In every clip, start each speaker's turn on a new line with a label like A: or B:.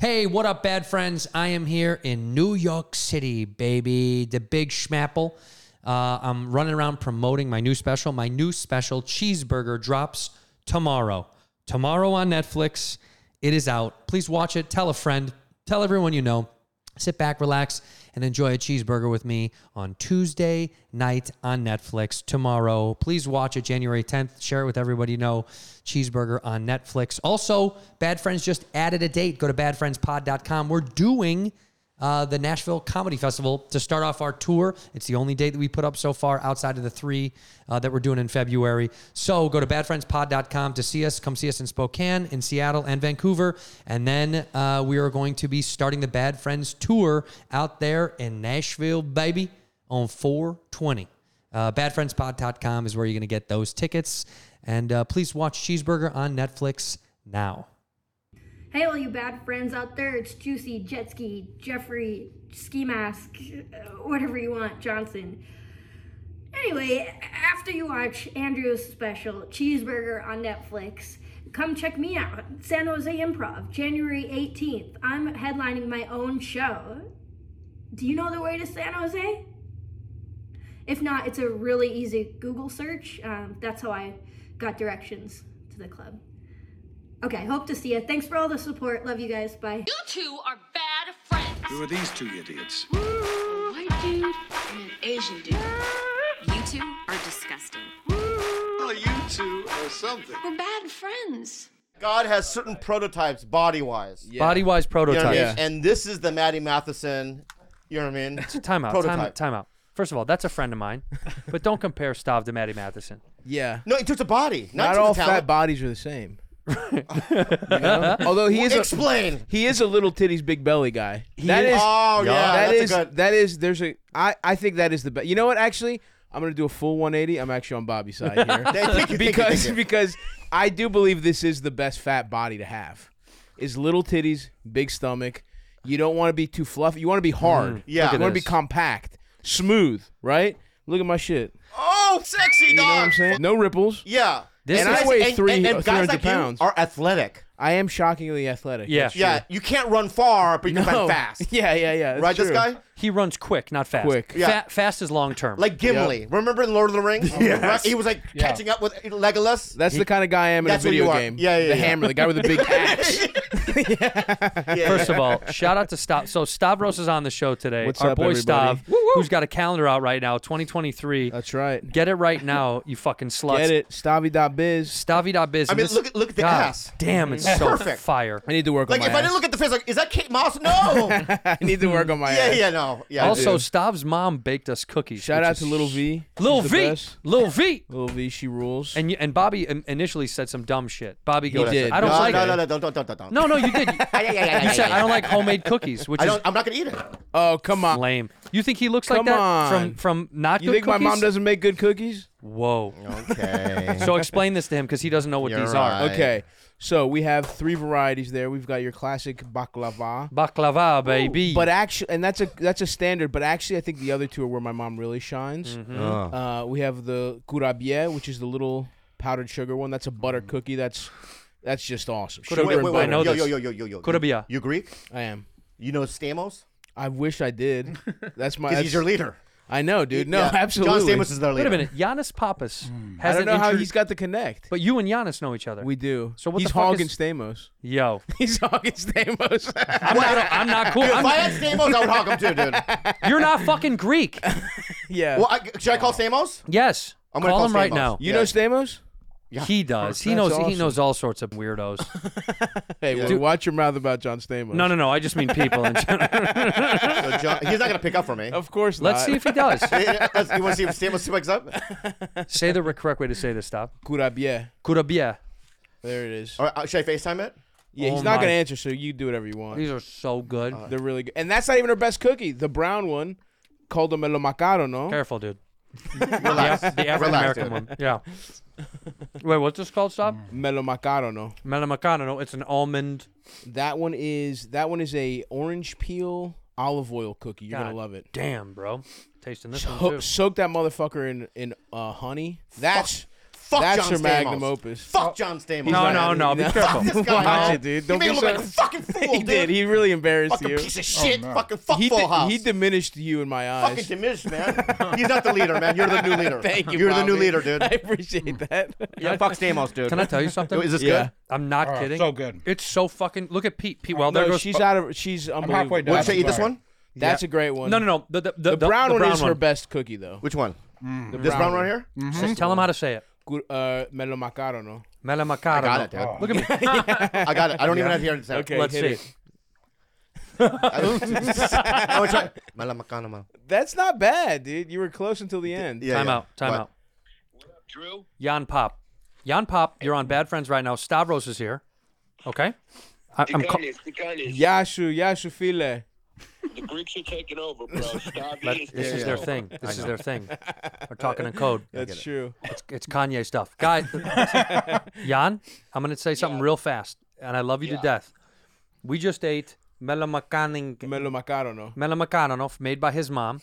A: Hey, what up, bad friends? I am here in New York City, baby. The big schmapple. Uh, I'm running around promoting my new special. My new special, Cheeseburger, drops tomorrow. Tomorrow on Netflix. It is out. Please watch it. Tell a friend. Tell everyone you know. Sit back, relax, and enjoy a cheeseburger with me on Tuesday night on Netflix tomorrow. Please watch it January 10th. Share it with everybody you know. Cheeseburger on Netflix. Also, Bad Friends just added a date. Go to badfriendspod.com. We're doing uh, the Nashville Comedy Festival to start off our tour. It's the only date that we put up so far outside of the three uh, that we're doing in February. So go to badfriendspod.com to see us. Come see us in Spokane, in Seattle, and Vancouver. And then uh, we are going to be starting the Bad Friends tour out there in Nashville, baby, on 420. Uh, badfriendspod.com is where you're going to get those tickets. And uh, please watch Cheeseburger on Netflix now.
B: Hey, all you bad friends out there, it's Juicy, Jet Ski, Jeffrey, Ski Mask, whatever you want, Johnson. Anyway, after you watch Andrew's special, Cheeseburger on Netflix, come check me out. San Jose Improv, January 18th. I'm headlining my own show. Do you know the way to San Jose? If not, it's a really easy Google search. Um, that's how I got directions to the club. Okay, hope to see you. Thanks for all the support. Love you guys. Bye.
C: You two are bad friends.
D: Who are these two idiots?
C: A white dude and an Asian dude.
E: You two are disgusting.
D: Well, you two or something.
C: We're bad friends.
F: God has certain prototypes body wise. Yeah.
A: Body wise
F: You know
A: prototype.
F: what I mean? And this is the Maddie Matheson, you know what I mean?
A: Time out. Time,
F: Prototype.
A: out, time out. First of all, that's a friend of mine, but don't compare Stav to Maddie Matheson.
G: Yeah.
F: No, it took the body. Not,
G: Not,
F: to
G: all
F: the
G: fat
F: talent.
G: bodies are the same. You know? Although he is a,
F: Explain.
G: he is a little titties big belly guy. That
A: is-
G: is
F: Oh, yeah.
G: that
F: that's
G: is-
F: a good.
G: that is there's a I I think that is the best. You know what actually? I'm going to do a full 180. I'm actually on Bobby's side
F: Hey,
G: here.
F: take it, take it,
G: because
F: take it.
G: because I do believe this is the best fat body to have. Is little titties, big stomach. You don't want to be too fluffy. You want to be hard.
F: yeah. Mm, Look
G: You
F: at
G: want to be
A: this.
G: compact, smooth, right? Look at my shit.
F: oh, sexy
G: You know
F: dog.
G: what I'm saying? No ripples.
F: Yeah.
A: This
G: And is- I weigh three-
F: and, and guys
G: 300
F: like
G: pounds.
F: you are athletic.
G: I am shockingly athletic.
A: Yeah.
G: That's true.
F: Yeah, you can't run far, but you can
G: No.
F: run fast.
G: Yeah, yeah, yeah. that's
F: right, this
G: true.
F: guy?
A: He runs quick, not fast.
G: Quick.
A: Fa-
F: Yeah.
A: fast is long term.
F: Like Gimli. Remember in Lord of the Rings? Right? He was like catching up with Legolas.
G: That's the kind of guy I am in a
F: That's what you
G: video
F: are.
G: game.
F: Yeah, yeah,
G: The
F: yeah.
G: hammer, the guy with the big axe.
A: First of all, shout out to Stav. So Stavros is on the show today.
G: What's
A: Our
G: up,
A: boy
G: everybody?
A: Stav, who's got a calendar out right now, 2023.
G: That's right.
A: Get it right now, you fucking sluts.
G: Get it? Stavi.biz.
A: Stavi.biz.
F: I
A: And
F: mean,
A: this-
F: look at- look at the
A: God
F: ass.
A: Damn, it's
F: Mhm.
A: so
F: Perfect.
A: fire.
G: I need to work
F: like,
G: on
F: if
G: my
F: I didn't look at the face, like, is that Kate Moss? No.
G: I need to work on my
F: yeah,
G: ass.
F: yeah, no. Yeah.
A: Also, Stav's mom baked us cookies.
G: Shout
A: which
G: out
A: is
G: to Little V.
A: Lil
G: She's the
A: V.
G: best.
A: Lil V.
G: Little V, she rules.
A: And you, and Bobby in- initially said some dumb shit. Bobby goes,
G: did.
A: I don't
F: no,
A: like
F: no,
A: it.
F: no, no, don't, don't, don't, don't.
A: No, no, you did. You said I don't like homemade cookies, which
F: I
A: is
F: don't, I'm not going to eat it.
G: oh, come on.
A: lame. You think he looks like
G: Come
A: that
G: on.
A: from from not
G: You
A: good
G: think my
A: cookies?
G: mom Oh, doesn't make good cookies?
A: Whoa.
F: Okay.
A: So explain this to him because he doesn't know what
F: You're
A: these
F: right.
A: are.
F: I-
G: Okay. So we have three varieties there. We've got your classic baklava.
A: Baklava, baby.
G: But actually, and that's a that's a standard. But actually, I think the other two are where my mom really shines.
A: Mm-hmm.
F: Oh.
G: Uh, we have the kurabiye, which is the little powdered sugar one. That's a butter cookie. That's that's just awesome. Sugar
A: wait,
G: and
A: wait,
G: butter.
A: Mm. I know
F: yo,
A: this.
F: yo, yo, yo, yo, yo.
A: Coulda be a-
F: You Greek?
G: I am.
F: You know Stamos?
G: I wish I did. That's my.
F: Because
G: That's,
F: he's your leader.
G: I know, dude. No,
F: Yeah.
G: absolutely.
F: John Stamos is their
A: wait
F: leader.
A: a minute. Giannis Pappas
G: I
A: hasn't
G: don't know how
A: introdu-
G: he's got the connect.
A: But you and Giannis know each other.
G: we do.
A: So what
G: he's
A: the fuck
G: hogging
A: is-
G: Stamos.
A: Yo,
G: He's hogging Stamos.
A: I'm not, I'm not cool.
F: Dude,
A: I'm-
F: if I had Stamos, I would hog him too, dude.
A: you're not fucking Greek.
G: yeah.
F: Well, I, should I call Stamos?
A: Yes,
F: I'm gonna
A: call
F: call
A: him right
F: Stamos.
A: now.
G: you
F: yeah.
G: know Stamos?
A: He does. He
G: That's
A: knows. He
G: awesome.
A: knows all sorts of weirdos.
G: Hey, well, watch your mouth about John Stamos.
A: no, no, no. I just mean people. In general.
F: So John, he's not going to pick up for me.
G: Of course
A: Let's
G: not.
A: see if he does.
F: Let's- you want to see if Stamos picks up?
A: Say the correct way to say this. Stop.
G: Kurabiye.
A: Kurabia.
G: There it is.
F: All right, uh, should I FaceTime it?
G: Yeah, he's
A: Oh
G: not
A: my-
G: gonna answer, so you do whatever you want.
A: These are so good.
G: They're really good, and that's not even her best cookie. The brown one, called them el macaro, no?
A: Careful, dude. the Af- the African American one. Yeah. Wait, what's this called? Stop.
G: Melo macaro, no.
A: Melamacano. It's an almond.
G: That one is that one is a orange peel olive oil cookie. You're
A: God
G: gonna love it.
A: Damn, bro. Tasting this one
G: Ho-
A: too.
G: soak that motherfucker in in uh, honey. That's
F: Fuck
G: that's
F: John
G: her
F: Stamos.
G: magnum opus.
F: Fuck John Stamos.
A: No,
G: like-
A: Oh, no, no. Be
G: Oh. No.
A: careful.
F: This guy,
G: Watch
F: man.
G: it, dude.
F: He
G: Don't
F: made
G: be
F: him look
G: so-
F: like a fucking fool,
G: he
F: dude.
G: did. He really embarrassed
F: fucking
G: you.
F: piece of shit.
H: no.
F: Fucking fuck
G: he,
F: full
G: di-
F: house.
G: he diminished you in my
F: fucking
G: eyes.
F: diminished, man. He's not the leader, man. You're the new leader.
G: Thank you.
F: You're the new
G: Bobby.
F: leader, dude.
G: I appreciate
A: Mm.
G: that.
F: Yeah, fuck Stamos, dude.
A: Can I tell you something?
F: Is this
G: Yeah.
F: good?
A: I'm not
H: Oh,
A: kidding.
H: so good.
A: It's so fucking. Look at Pete. Pete. Well, there
G: no,
A: goes.
G: she's out of. She's unbelievable.
H: halfway done.
F: What should I eat this one?
G: That's a great one.
A: no, no, no. The, the, the,
G: The, brown
A: the
G: one is her best cookie though.
F: Which one?
G: The
F: This brown right here?
A: Just tell him how to say it.
G: Gu- Uh, Melo macaro, no.
A: Melamacano.
F: I got it, dude.
A: Look at me.
F: I got it. I don't even have to hear it. sound.
G: Okay.
A: Let's
G: hit
A: see.
G: it.
F: I would try. Malamakanama.
G: That's not bad, dude. You were close until the end.
F: Yeah,
A: Time
F: yeah.
A: out. Time
F: What?
A: out. Jan Pop. Jan Pop, you're on Bad Friends right now. Stavros is here. Okay? I, I'm ca-
G: Yashu, Yashu File.
I: The Greeks are taking over, bro. Stop
A: this is their thing. This is their thing. We're talking in code.
G: That's true.
A: It's, it's Kanye stuff. Guys, Jan, I'm going to say something real fast, and I love you to death. We just ate Melamacaning.
G: Melo macaro, no.
A: Melamacanonov, made by his mom.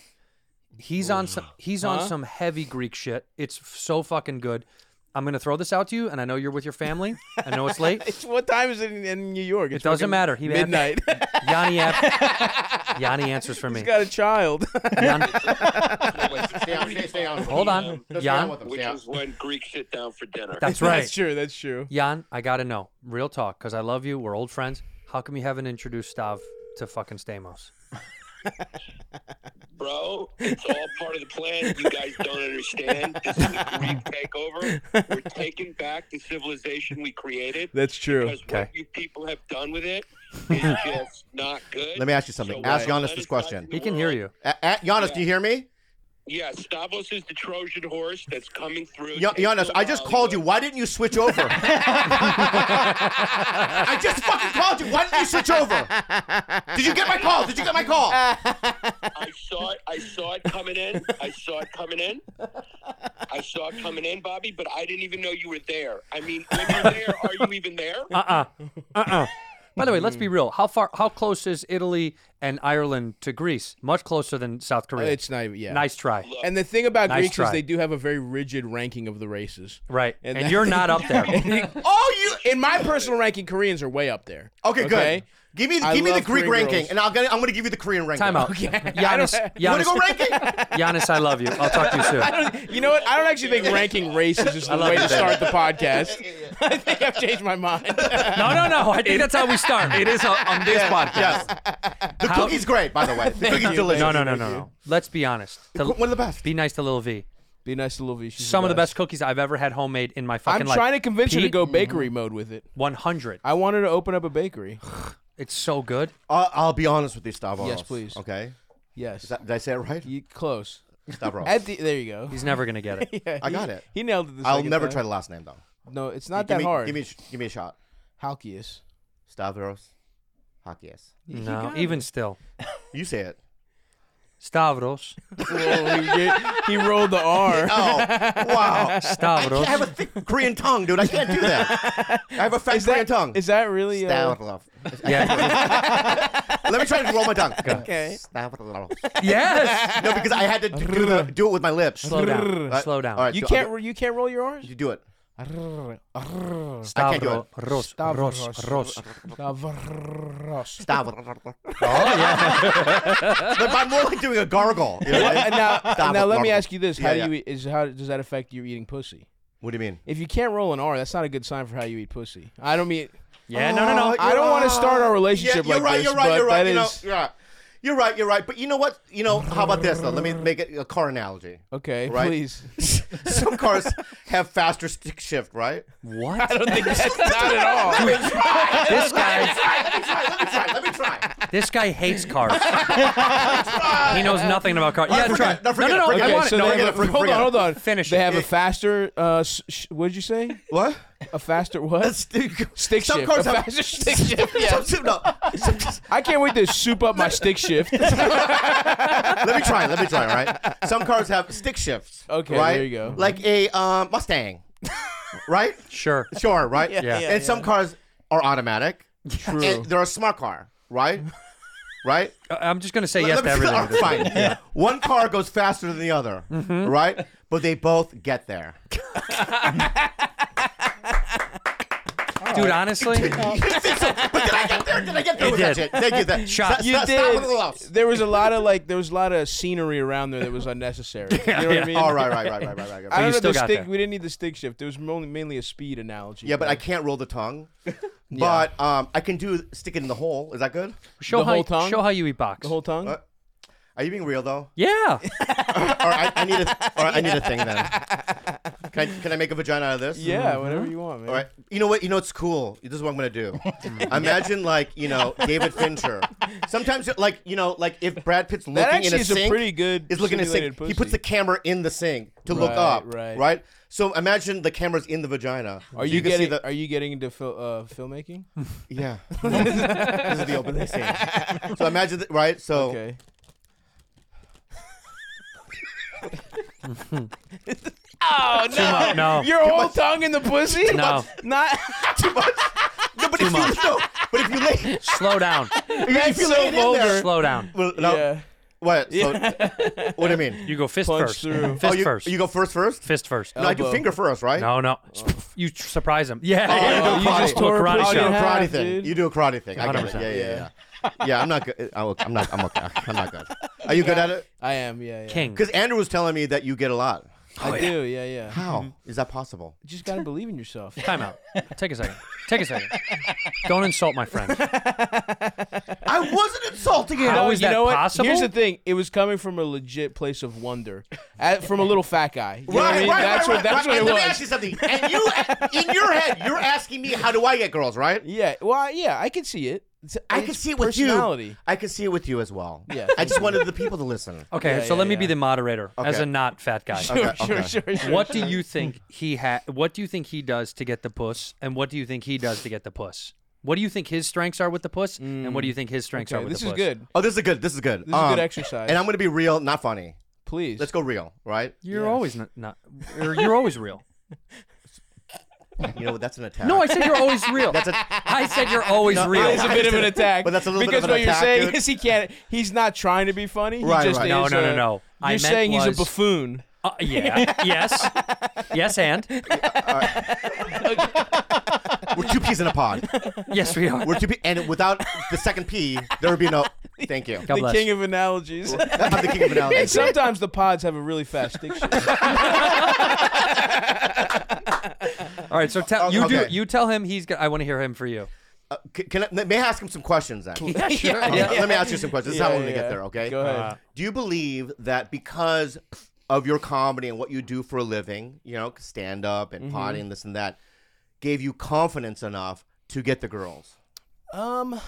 A: He's on some he's on
G: Huh?
A: some heavy Greek shit. It's f- so fucking good. I'm gonna throw this out to you, and I know you're with your family. I know it's late.
G: It's, what time is it in, in New York? It's
A: doesn't
G: fucking
A: matter. He-
G: midnight.
A: Yanni, an- Yanni answers for me.
G: He's got a child.
A: Yan-
F: Stay on. Stay, stay on.
A: hold on,
F: Just stay on
A: Jan.
F: with them.
I: Which
F: Stay on.
I: is when Greeks sit down for dinner.
A: That's right,
G: That's true. That's true.
A: Jan. I gotta know, real talk, because I love you. We're old friends. How come you haven't introduced Stav to fucking Stamos?
I: Bro, it's all part of the plan. You guys don't understand. This is a Greek takeover. We're taking back the civilization we created.
G: That's true.
I: Because what you people have done with it is just not good.
F: Let me ask you something.
I: So
F: Ask
I: we're
F: Giannis
I: letting
F: this
I: it back
F: question.
I: in the
A: He can hear
I: world.
A: you.
F: A- a- Eh, Giannis, do you hear me?
I: Yeah, Stavos is the Trojan horse that's coming through.
F: Gian-
I: taking
F: Giannis,
I: over
F: I just called you.
I: Hollywood.
F: Why didn't you switch over? I just fucking called you. Why didn't you switch over? Did you get my call? Did you get my call?
I: I saw it. I saw it coming in. I saw it coming in. I saw it coming in, Bobby. But I didn't even know you were there. I mean, when you're there, are you even there?
A: Uh, By the way,
F: Mm.
A: let's be real. How far? How close is Italy and Ireland to Greece? Much closer than South Korea.
G: It's not even, yeah.
A: nice try.
G: And the thing about
A: Nice
G: Greeks
A: try.
G: is they do have a very rigid ranking of the races.
A: Right,
G: And
A: and,
G: that-
A: you're not up there.
G: oh, you. In my personal ranking, Koreans are way up there.
F: Okay, good.
G: Okay.
F: Give me the,
G: I
F: give me the
G: love
F: Greek
G: Korean
F: ranking,
G: girls.
F: and I'll get, I'm going to give you the Korean ranking.
A: Time out. Giannis,
F: You want
A: Giannis,
F: to go ranking?
A: Giannis, I love you. I'll talk to you soon.
G: You know what? I don't actually think ranking races is the
A: love
G: way
A: you,
G: to
A: baby.
G: start the podcast. I think I've changed my mind.
A: No, no, no. I think that's how we start. It is uh, on this podcast.
F: Yes. The cookie's great, by the way. The cookie's delicious.
A: No, no, no, no, no. Let's be honest. To-
F: One of the best.
A: be nice to Lil V.
G: Be nice to Lil
A: Some of the best cookies I've ever had homemade in my
G: I'm
A: fucking life.
G: trying to convince her to
A: Pete,
G: go bakery mode with it.
A: 100.
G: I want her to open up a bakery.
A: It's so good.
F: I'll, I'll be honest with you, Stavros.
G: Yes, please.
F: Okay.
G: Yes.
F: Did I say it right?
G: You close.
F: Stavros.
G: At the, there you go.
A: He's never gonna get it.
F: I got it.
G: He nailed it. The
F: I'll
G: second
F: never
G: time.
F: try the last name though.
G: No, it's not
F: give
G: that
F: me,
G: hard.
F: Give me, a sh- give me a shot.
G: Halkias.
F: Stavros, Hakias.
A: No, even still,
F: You say it.
A: Stavros,
G: Whoa, Oh, he, did- he rolled the R.
F: Oh, wow.
A: Stavros.
F: I have a thick Korean tongue, dude. I can't do that. I have a fat
G: Is
F: Korean
G: that,
F: tongue.
G: is that really? Uh,
F: Stavros.
A: Yeah.
F: Let me try to roll my tongue.
G: Okay.
F: Stavros.
A: yes.
F: No, because I had to do, the, do it with my lips.
A: Slow down.
F: Right?
A: Slow down.
F: All right,
G: you
F: do-
G: can't. ro- You can't roll your R's.
F: You do it. can't do
A: Stavros. Ros. Ros. Ros.
G: Stavros.
F: Stavros. Oh, but I'm more like doing a gargle. you know what I mean?
G: And now,
F: Stavros.
G: now let me ask you this: How
F: Yeah,
G: do
F: yeah.
G: you e, is how does that affect you eating pussy?
F: What do you mean?
G: If you can't roll an R, that's not a good sign for how you eat pussy. I don't mean.
A: Yeah. No. No. No.
G: I don't want to start our
F: Yeah,
G: relationship
F: you're
G: like
F: Oh, right. You're
G: this,
F: right.
G: but
F: You're right.
G: that
F: You know,
G: is-
F: you're right. You're right. You're right. But you know what? You know, how about this though? Let me make it a car analogy.
G: okay.
F: Right.
G: Please.
F: Some cars have faster stick shift, right?
A: What?
G: I don't think that's not at all.
A: This guy.
F: Let me try. Let me try. Let me try.
A: This guy hates cars. he knows nothing about cars. Yeah,
F: forget
A: try.
F: it. No,
A: no,
F: forget it.
A: no, no.
F: Forget
A: I
F: it.
A: want it.
G: so
A: No,
G: they
A: I
F: forget
G: have
F: it,
G: a-
F: forget
G: hold
F: it.
G: on, hold on.
A: Finish
G: They
A: it.
G: have a faster. Uh, sh- sh- what did you say?
F: What?
G: A faster what? Stick
F: some
G: shift.
F: Cars
G: A
F: have,
G: faster stick shift.
F: Some- some- no. Some-
G: I can't wait to soup up my stick shift.
F: let me try. Let me try. All right. Some cars have stick shifts.
G: Okay,
F: Right?
G: there you go.
F: Like a um, Mustang. right.
A: sure.
F: Sure. Right.
A: Yeah. yeah,
F: and some cars are automatic.
G: True.
F: And they're a smart car. Right. Right.
A: I- Uh, I'm just gonna say
F: Let-
A: yes
F: let
A: to
F: me-
A: everything.
F: all
A: at this point.
F: right, fine. One car goes faster than the other, right? But they both get there.
A: Dude, honestly,
F: But did I get there? Did I get there? with
A: did.
F: that shit? Thank you. That
A: Shot.
F: Stop,
A: You
F: stop, stop with the laughs.
G: There was a lot of like, there was a lot of scenery around there that was unnecessary. You know what I mean?
F: All right, right, right, right, right, right. right.
G: I don't know
A: still
G: the
A: got
G: stick.
A: there.
G: We didn't need the stick shift. There was mainly, mainly a speed analogy.
F: yeah, but I can't roll the tongue. But um, I can do stick it in the hole. Is that good?
A: show
G: The
A: how
G: whole
A: you-
G: tongue?
A: show how you eat box.
G: the whole tongue.
F: What? Are you being real though?
A: yeah.
F: All right, I, I need a. All right, I need a thing then. Can I, can I make a vagina out of this?
G: Yeah, whatever you want, man.
F: mm-hmm. All right. You know what? You know it's cool. This is what I'm gonna do. Imagine like you know David Fincher. Sometimes like you know like if Brad Pitt's looking
G: That
F: in
G: actually
F: a
G: is
F: sink,
G: a pretty good.
F: is looking in a sink.
G: simulated
F: He
G: pussy.
F: puts the camera in the sink to look
G: Right,
F: up.
G: right.
F: Right. So imagine the camera's in the vagina.
G: Are you, getting? Are you getting into fil- uh, filmmaking?
F: yeah. this is the opening scene. So imagine that. Right. So
G: Okay.
A: Too much. No.
G: Your whole tongue in the pussy?
A: Oh. No.
G: Not.
F: no, but if you no, but if you lay,
A: Slow down.
F: if you lay it in there,
A: Slow down.
F: well, no,
G: Yeah.
F: what? So, what do you mean?
A: You go fist
G: Punch
A: first.
G: through.
A: Fist
F: oh, you,
A: first.
F: You go first, first.
A: fist first.
F: no, I Oh. do
G: elbow.
F: finger first, right?
A: No, no. You tr- surprise him. Yeah.
F: Oh,
A: you just do a
G: tore a
A: karate
G: pussy
F: You do a
G: in
A: show.
G: half.
F: karate
G: have,
F: thing.
G: dude.
F: You do a karate thing. I got it.
A: 100%.
F: Yeah, yeah, yeah. Yeah, I'm not good. I'm I'm not. I'm okay. I'm not good. Are you good at it?
G: I am. Yeah. yeah.
A: King. Oh,
F: Because Andrew was telling me that you get a lot.
G: I do. Yeah. Yeah.
F: How is that possible?
G: You just gotta believe in yourself.
A: Time out. Take a second. Take a second. Don't insult my friend.
F: I wasn't insulting you.
A: How
G: No,
A: is
G: you
A: that
G: know what?
A: possible?
G: Here's the thing: it was coming from a legit place of wonder, At- from a little fat guy. You know what I mean? that's what that's
F: right. And
G: what
F: Let
G: it was.
F: me ask you something. And you, in your head, you're asking me how do I get girls, right?
G: yeah, well, yeah, I can see it. It's-
F: I
G: it's
F: can see it with
G: personality.
F: you. I can see it with you as well.
G: Yeah.
F: I just wanted the people to listen.
A: Okay, so let me be the moderator as
F: Okay.
A: a not fat guy.
G: Sure, sure, sure, sure.
A: What do you think he ha- What do you think he does to get the puss, and what do you think he does to get the puss? What do you think his strengths are with the puss, and what do you think his strengths are
G: Okay,
A: with
G: this
A: the
G: is
A: puss?
G: good.
F: Oh, Mm. this is good. This is good. This
G: is good exercise.
F: And I'm going to be real, not funny.
G: Please,
F: Let's go real, right?
A: You're always not, not or you're always real.
F: You know, that's an attack.
A: No, I said you're always real.
F: That's a,
A: I said you're always
F: No,
A: real.
G: It's a bit of an attack.
F: But that's a little bit
G: because
F: of an
G: what
F: attack,
G: you're saying
F: dude.
G: is he can't. He's not trying to be funny. He
F: Right,
G: just
F: right.
G: Is
A: No, no, no,
G: a-
A: no.
G: You're
A: I meant
G: saying
A: was-
G: he's a buffoon.
A: Uh, yeah. yes. Yes, and
F: we're two peas in a pod.
A: yes, we are.
F: We're two pe- and without the second P, there would be no. Thank you.
A: God
G: the
A: bless.
G: king of analogies.
F: I'm the king of
G: and
F: analogies.
G: sometimes the pods have a really fast stick shift.
A: All right, so tell you
F: Okay.
A: do you tell him he's. Got, I want to hear him for you.
F: Uh, c- can I, may I ask him some questions then?
G: sure.
F: Okay, Let me ask you some questions. This is how we're going
G: Yeah,
F: to
G: yeah.
F: get there, okay?
G: Go ahead.
F: Do you believe that because of your comedy and what you do for a living, you know, stand up and potty and this and that, gave you confidence enough to get the girls?
G: Um,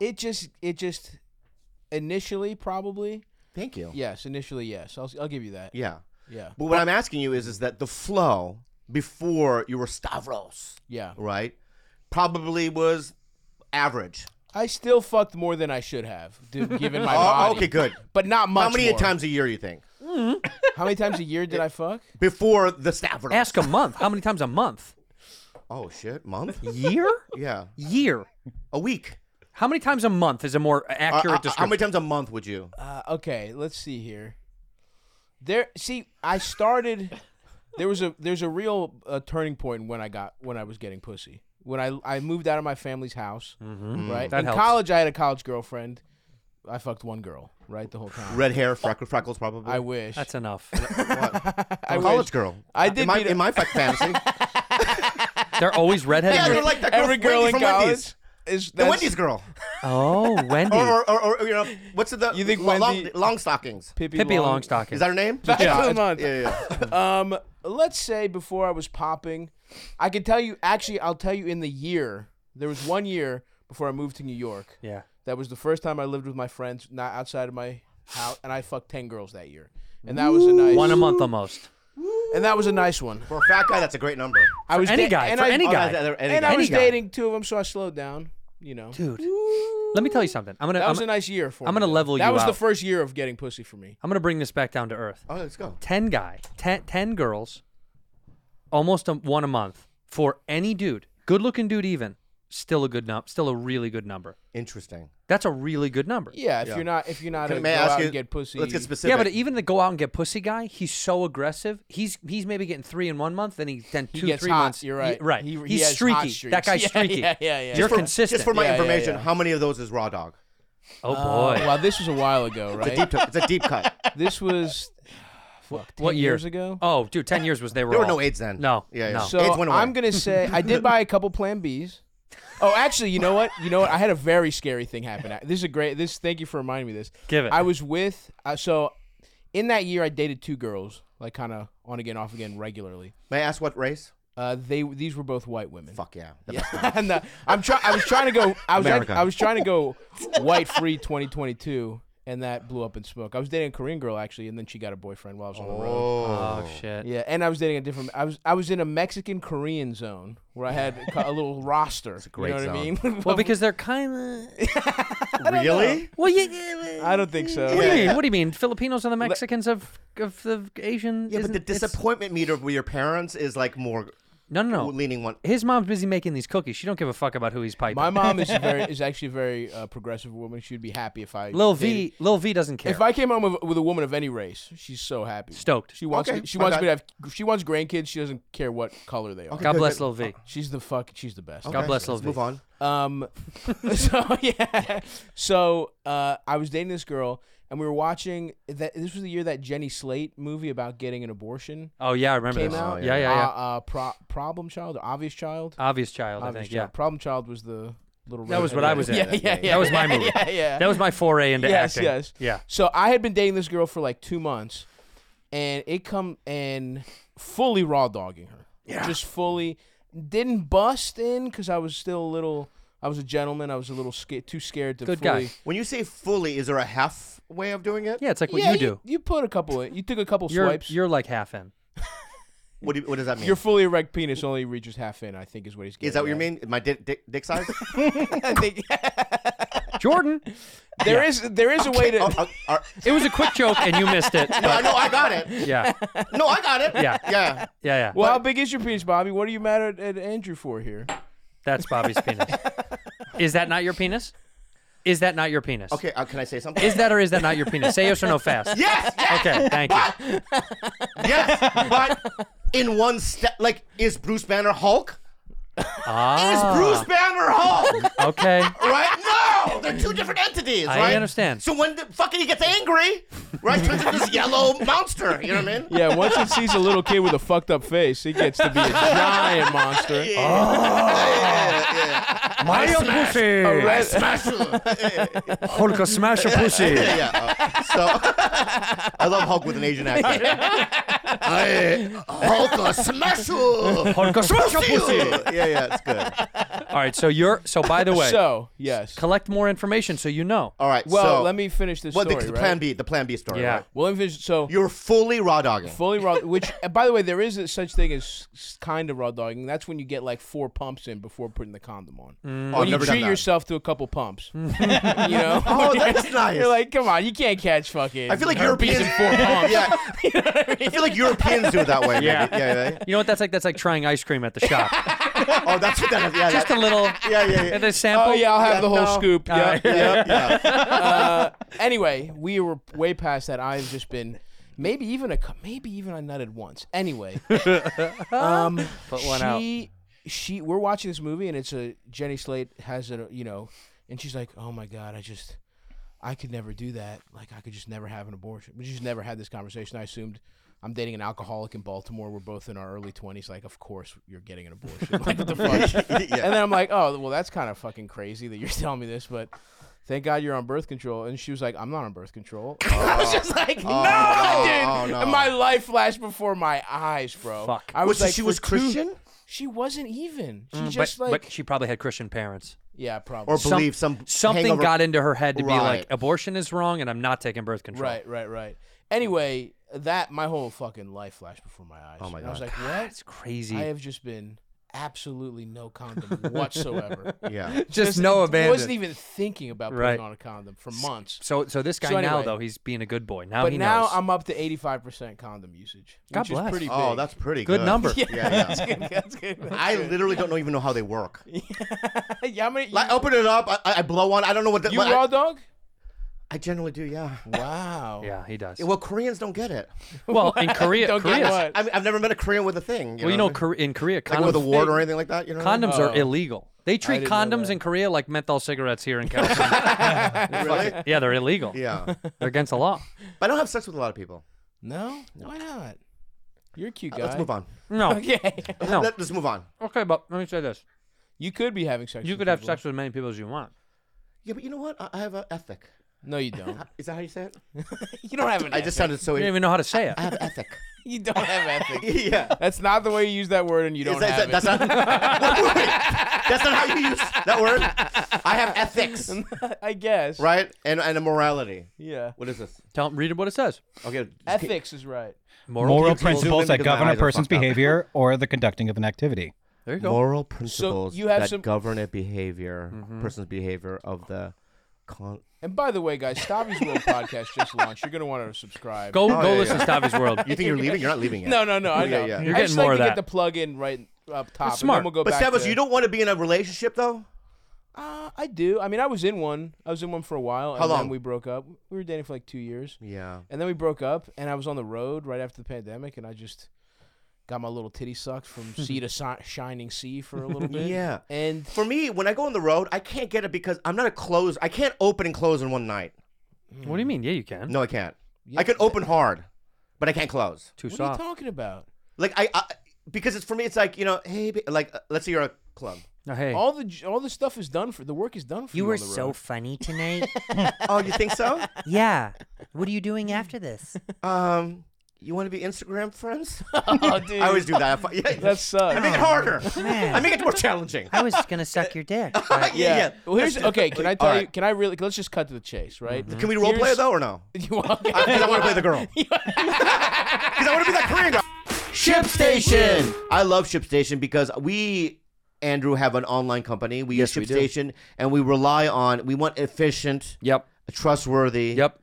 G: it just it just initially probably
F: Thank you.
G: yes initially yes I'll I'll give you that
F: Yeah.
G: yeah
F: But what I'm asking you is, is that the flow before you were Stavros,
G: yeah
F: right, probably was average.
G: I still fucked more than I should have dude, given my
F: Oh,
G: body
F: okay, good.
G: but not much
F: How many
G: more.
F: times a year you think
G: how many times a year did I fuck
F: before the Stavros?
A: Ask a month. How many times a month?
F: Oh shit, month?
A: Year?
F: yeah,
A: Year.
F: a week.
A: How many times a month is a more
F: Uh,
A: accurate
F: uh,
A: description?
F: how many times a month would you?
G: Uh, okay, let's see here. There, see, I started. There was a there's a real uh, turning point when I got when I was getting pussy. When I I moved out of my family's house,
F: Mm-hmm.
G: right?
A: That
G: In
A: helps.
G: college, I had a college girlfriend. I fucked one girl, right, the whole time.
F: Red hair, freckle, freckles, probably.
G: I wish.
A: That's enough.
G: I
F: college
G: wish.
F: girl.
G: I did
F: in my,
G: beat a-
F: in my fa- fantasy.
A: They're always redheaded.
F: Yeah, they're like that girl
G: Every girl
F: Wendy
G: in
F: from
G: college
F: Wendy's.
G: is
F: The
G: that's-
F: Wendy's girl,
A: oh, Wendy.
F: or, or, or, or you know, what's the
G: You think
F: long,
G: Wendy-
F: long stockings?
G: Pippi,
A: Pippi
G: Long-
A: Longstocking.
F: Is that her name?
G: Back of the month.
F: yeah, yeah.
G: Um, let's say before I was popping, I can tell you. Actually, I'll tell you in the year. There was one year before I moved to New York.
A: yeah.
G: That was the first time I lived with my friends, not outside of my house, and I fucked ten girls that year. And that was a nice
A: One a month almost.
G: And that was a nice one.
F: For a fat guy, that's a great number.
G: I was
A: any
G: da-
A: guy,
G: and
A: for
G: I,
A: any
F: Oh,
A: guy.
F: that's- that's- any
G: and I
F: guy.
G: was
A: guy.
G: dating two of them, so I slowed down. You know,
A: Dude. Let me tell you something. I'm going to
G: that was
A: I'm,
G: a nice year for
A: I'm
G: me.
A: gonna
G: though.
A: level
G: That
A: you
G: was the
A: out.
G: first year of getting pussy for me.
A: I'm going to bring this back down to earth.
F: Oh, let's go.
A: 10 guy, 10, 10 girls, almost a, one a month for any dude. Good-looking dude even. Still a good number. Still a really good number.
F: Interesting.
A: That's a really good number.
G: Yeah, if you're not if you're not
F: Can-
G: a
F: may
G: go
F: I ask
G: out
F: you?
G: and get pussy. e-
F: Let's get specific.
A: Yeah, but even the go out and get pussy guy, he's so aggressive. He's he's maybe getting three in one month, then he then
G: He
A: two
G: gets
A: three
G: hot,
A: months.
G: you're right.
A: He- right.
G: He- he
A: he's
G: has hot
A: streaky. that
G: streaks.
A: guy's
G: Yeah,
A: streaky.
G: yeah, yeah, yeah.
A: You're
G: Just for-
A: consistent.
F: Just for my
G: Yeah, yeah,
F: information,
G: yeah.
F: how many of those is raw dog?
A: oh boy.
G: Uh, well, this was a while ago, right?
F: Deep- it's a deep cut.
G: this was fuck, 10
A: what year?
G: years ago.
A: Oh, dude, ten years was they were.
F: There were
A: all-
F: no AIDS then.
A: No.
F: Yeah, yeah.
A: No.
F: So-
G: So
F: AIDS went away.
G: I'm gonna say I did buy a couple Plan Bs. Oh, actually, you know what? You know what? I had a very scary thing happen. I- This is a great. This thank you for reminding me of this.
A: Give it.
G: I was with uh, so in that year I dated two girls, like kind of on again, off again, regularly.
F: May I ask what race?
G: Uh, they these were both white women.
F: Fuck yeah.
G: and uh, I'm trying. I was trying to go. I was.
F: America.
G: I was trying to go white free 2022, and that blew up in smoke. I was dating a Korean girl actually, and then she got a boyfriend while I was on the road.
A: oh shit.
G: Yeah, and I was dating a different. I was. I was in a Mexican Korean zone where I had a co- a little roster.
F: great
G: you know
F: zone.
G: what I mean?
A: Well, because they're kind of.
F: really?
A: Well, yeah, yeah.
G: I don't think so.
A: What do you mean? What do you mean? Filipinos are the Mexicans of of the Asian.
F: Yeah, but the
A: isn't- it's-
F: disappointment meter with your parents is like more
A: No, no, no.
F: leaning one.
A: His mom's busy making these cookies. She don't give a fuck about who he's piping.
G: My mom is very is actually a very uh, progressive woman. She'd be happy if I
A: Lil
G: dated-
A: V. Lil V doesn't care.
G: If I came home with, with a woman of any race, she's so happy.
A: Stoked.
G: She wants.
F: Okay,
G: She
F: my
G: wants
F: bad.
G: me to have. She wants grandkids. She doesn't care what color they are.
A: God bless Lil V.
G: Oh, She's the fuck. She's the best.
A: God bless Lil
F: Let's
A: V.
F: move on.
G: Um, so yeah, so uh, I was dating this girl, and we were watching that. This was the year that Jenny Slate movie about getting an abortion
A: Oh yeah, I remember
G: came
A: this.
G: out.
A: Yeah, yeah, yeah.
G: Uh, uh, pro- problem Child, or Obvious Child,
A: Obvious child, Uh, I
G: Obvious
A: think.
G: Child.
A: Yeah.
G: Problem Child was the little.
A: That was
G: redhead
A: what I
G: lady.
A: was in.
G: Yeah, yeah, yeah.
A: That was my movie.
G: Yeah, yeah.
A: That was my foray into
G: yes,
A: acting.
G: yes.
A: Yeah.
G: So I had been dating this girl for like two months, and it come and fully raw dogging her. Yeah. Just fully didn't bust in because I was still a little. I was a gentleman. I was a little sca- too scared to
A: Good
G: fully.
A: guy.
F: When you say fully, is there a half way of doing it?
A: Yeah, it's like what
G: yeah,
A: you do.
G: You, put a couple. in- You took a couple
A: You're
G: swipes.
A: you're like half in.
F: What, do you, what does that mean?
G: Your fully erect penis only reaches half in. I think is what he's getting.
F: is that what you
G: at.
F: mean? My dick, dick, dick size?
G: I think
A: Jordan,
G: there is there is a way to.
F: oh, oh, oh.
A: it was a quick joke and you missed it.
F: No,
A: but-
F: I know I got it.
A: yeah,
F: No, I got it.
A: Yeah.
F: Yeah.
A: yeah, yeah.
G: well, how big is your penis, Bobby? What are you mad at, at Andrew for here?
A: That's Bobby's penis. Is that not your penis? Is that not your penis?
F: Okay, uh, can I say something?
A: Is that or is that not your penis? Say yes or no fast.
F: Yes, yes,
A: Okay, thank you.
F: yes. But in one step, like, is Bruce Banner Hulk? Is
A: Ah,
F: Bruce Banner Hulk?
A: okay.
F: right? No, they're two different entities.
A: I
F: right?
A: understand.
F: So when the fucking he gets angry, right, turns into this yellow monster. You know what I mean?
G: Yeah, once it sees a little kid with a fucked up face, it gets to be a giant monster.
A: Ah. Mario pussy,
F: Smash him.
A: Hulk smash a pussy.
F: yeah. uh, so I love Hulk with an Asian accent. I, Hulk uh, smash you.
A: Hulk smash a
F: See you.
A: pussy.
F: Yeah, yeah, it's good.
A: All right, so you're so by the way,
G: So yes.
A: collect more information so you know.
F: All right.
G: Well,
F: so,
G: let me finish this
F: Well, the,
G: story.
F: the
G: right?
F: plan B, the plan B story.
A: Yeah.
F: right?
G: Well, let me finish. So
F: You're fully raw dogging.
G: fully raw. Which, uh, by the way, there is a such thing as s- kind of raw dogging. That's when you get like four pumps in before putting the condom on.
F: Oh, I've
G: When you
F: never done
G: treat
F: that.
G: yourself to a couple pumps. you know.
F: Oh, that's nice.
G: You're like, come on, you can't catch fucking.
F: I feel like
G: herpes
F: Europeans
G: in four pumps.
F: Yeah. I feel like Europeans do it that way. maybe.
A: Yeah.
F: yeah. Yeah.
A: You know what that's like? That's like trying ice cream at the shop.
F: Oh, that's what that is. Yeah.
A: Just a
F: that-
A: little.
F: yeah, yeah, yeah.
A: And the sample.
G: Oh yeah, I'll have
F: Yeah,
G: the whole
F: no.
G: scoop.
A: All
G: yeah.
A: right.
F: yeah, yeah.
G: anyway, we were way past that. I've just been maybe even a cou- maybe even I nutted once. Anyway, um,
A: Put one out.
G: she, She we're watching this movie and it's a Jenny Slate has a you know, and she's like, oh my god, I just I could never do that. Like I could just never have an abortion. We just never had this conversation. I assumed. I'm dating an alcoholic in Baltimore. We're both in our early 20s. Like, of course, you're getting an abortion. Like, what the fuck?
F: Yeah.
G: And then I'm like, oh, well, that's kind of fucking crazy that you're telling me this, but thank God you're on birth control. And she was like, I'm not on birth control. I was just like,
F: no,
G: no, dude.
F: oh, no.
G: And my life flashed before my eyes, bro.
A: Fuck.
G: I
F: Wait,
G: was
F: so
G: like,
F: she
G: for
F: was
G: two-
F: Christian?
G: she wasn't even. She
A: Mm,
G: just
A: but,
G: like
A: but she probably had Christian parents.
G: Yeah, probably.
F: or believe some,
A: something
F: hangover-
A: got into her head to be like
F: Right.
A: abortion is wrong and I'm not taking birth control.
G: right, right, right. Anyway, that my whole fucking life flashed before my eyes.
F: Oh my
G: And I was
F: God.
G: like, what?
A: It's crazy.
G: I have just been absolutely no condom whatsoever.
F: Yeah.
A: just no
G: I
A: abandon.
G: wasn't even thinking about putting
A: Right.
G: on a condom for months.
A: so so this guy
G: So
A: now
G: anyway.
A: though he's being a good boy. Now
G: but
A: he
G: now
A: knows.
G: I'm up to 85% condom usage,
A: God
G: which
A: bless.
G: is pretty big.
F: Oh, that's pretty good.
A: good number.
F: Yeah,
G: that's
F: yeah.
G: good. That's good. that's
F: I
G: good.
F: literally don't know- even know how they work.
G: yeah, how many?
F: Like, open it up. I, I blow on. I don't know what. The,
G: you
F: like,
G: raw
F: I,
G: dog?
F: I generally do. Yeah.
G: Wow.
A: Yeah, he does.
F: Well, Koreans don't get it.
A: well, in Korea,
G: Don't
A: Korea.
G: get what?
F: I mean, I've never met a Korean with a thing. You
A: well, you
F: know,
A: know, Kor- in Korea,
F: like
A: condoms,
F: with a wart or anything like that. Oh. You know, what I mean?
A: condoms are illegal. They treat
G: didn't know
A: condoms
G: that.
A: in Korea like menthol cigarettes here in California.
F: really?
A: yeah, they're illegal.
F: Yeah. But
A: They're against the law.
F: I don't have sex with a lot of people.
G: No? Why not? You're a cute guy.
F: Uh, Let's move on.
A: No.
G: Okay.
A: No.
F: Let, us move on.
A: okay, but let me say this.
G: you could be having sex.
A: You
G: with
A: could have
G: people.
A: sex with as many people as you want.
F: Yeah, but you know what? I, I have an ethic.
G: No, you don't.
F: Is that how you say it?
G: you don't have an
F: I just sounded so.
A: You don't even know how to say it.
F: I have ethic.
G: You don't have ethics.
F: yeah.
G: That's not the way you use that word, and you
F: Is
G: don't
F: that- is that-
G: have
F: that's
G: it.
F: not. Wait, that's not how you use that word. I have ethics,
G: I guess.
F: right? And and a morality.
G: Yeah.
F: What is this?
A: Tell read what it says.
F: Okay. just keep-
G: Ethics is right.
A: Moral,
D: Moral
F: principles
D: principles that
F: because my
D: govern a
F: eyes are
D: person's
F: fucked up.
D: behavior or the conducting of an activity.
A: There you go.
F: Moral principles
G: you have
F: that
G: some-
F: govern a behavior,
G: Mm-hmm.
F: person's behavior of the. Con-
G: And by the way, guys, Stavi's World podcast just launched. You're gonna want to subscribe.
A: Go
F: Oh,
A: go
F: yeah,
A: listen
F: yeah.
A: to Stavi's World.
F: you think you're leaving? You're not leaving yet.
G: No, no, no. I know.
F: Yeah, yeah.
A: You're
G: I
A: getting
G: just
A: more
G: like
A: of
G: to
A: that.
G: get the plug in right up top. and
A: smart.
G: then we'll go
F: But
G: back
F: Stavos,
G: to-
F: you don't want to be in a relationship though.
G: Uh, I do. I mean, I was in one. I was in one for a while. And
F: How long?
G: Then we broke up. We were dating for like two years,
F: Yeah.
G: and then we broke up. And I was on the road right after the pandemic, and I just got my little titty sucked from sea to si- shining sea for a little bit.
F: Yeah.
G: And
F: For me, when I go on the road, I can't get it because I'm not a close. I can't open and close in one night.
A: What do you mean? Yeah, you can.
F: No, I can't. I can open hard, but I can't close.
A: Too
G: what are you
A: soft.
G: talking about?
F: Like I, I because it's for me, it's like you know, hey, ba- like uh, let's say you're at a club.
A: No, hey.
G: All the j- all the stuff is done for the work is done for you. on the road.
J: funny tonight.
F: oh, you think so?
J: yeah. What are you doing after this?
F: Um, you want to be Instagram friends?
G: Oh, dude.
F: I always do that. I fi- yeah,
G: That
F: I
G: sucks.
F: make it harder.
J: Oh, Man.
F: I make it more challenging.
J: I was gonna suck your dick. but-
F: Yeah, yeah.
G: Well, here's okay. Can I tell
F: All
G: you?
F: right.
G: Can I really? Let's just cut to the chase, right?
F: Can we role play it
G: Here's-
F: though or no?
G: You want-
F: Because I want to play the girl. Because I want to be that Korean girl. Ship Station. I love Ship Station because we, Andrew, have an online company. We
A: Yes, we
F: use
A: do.
F: Ship Station, and we rely on. We want efficient,
A: Yep.
F: trustworthy.
A: Yep.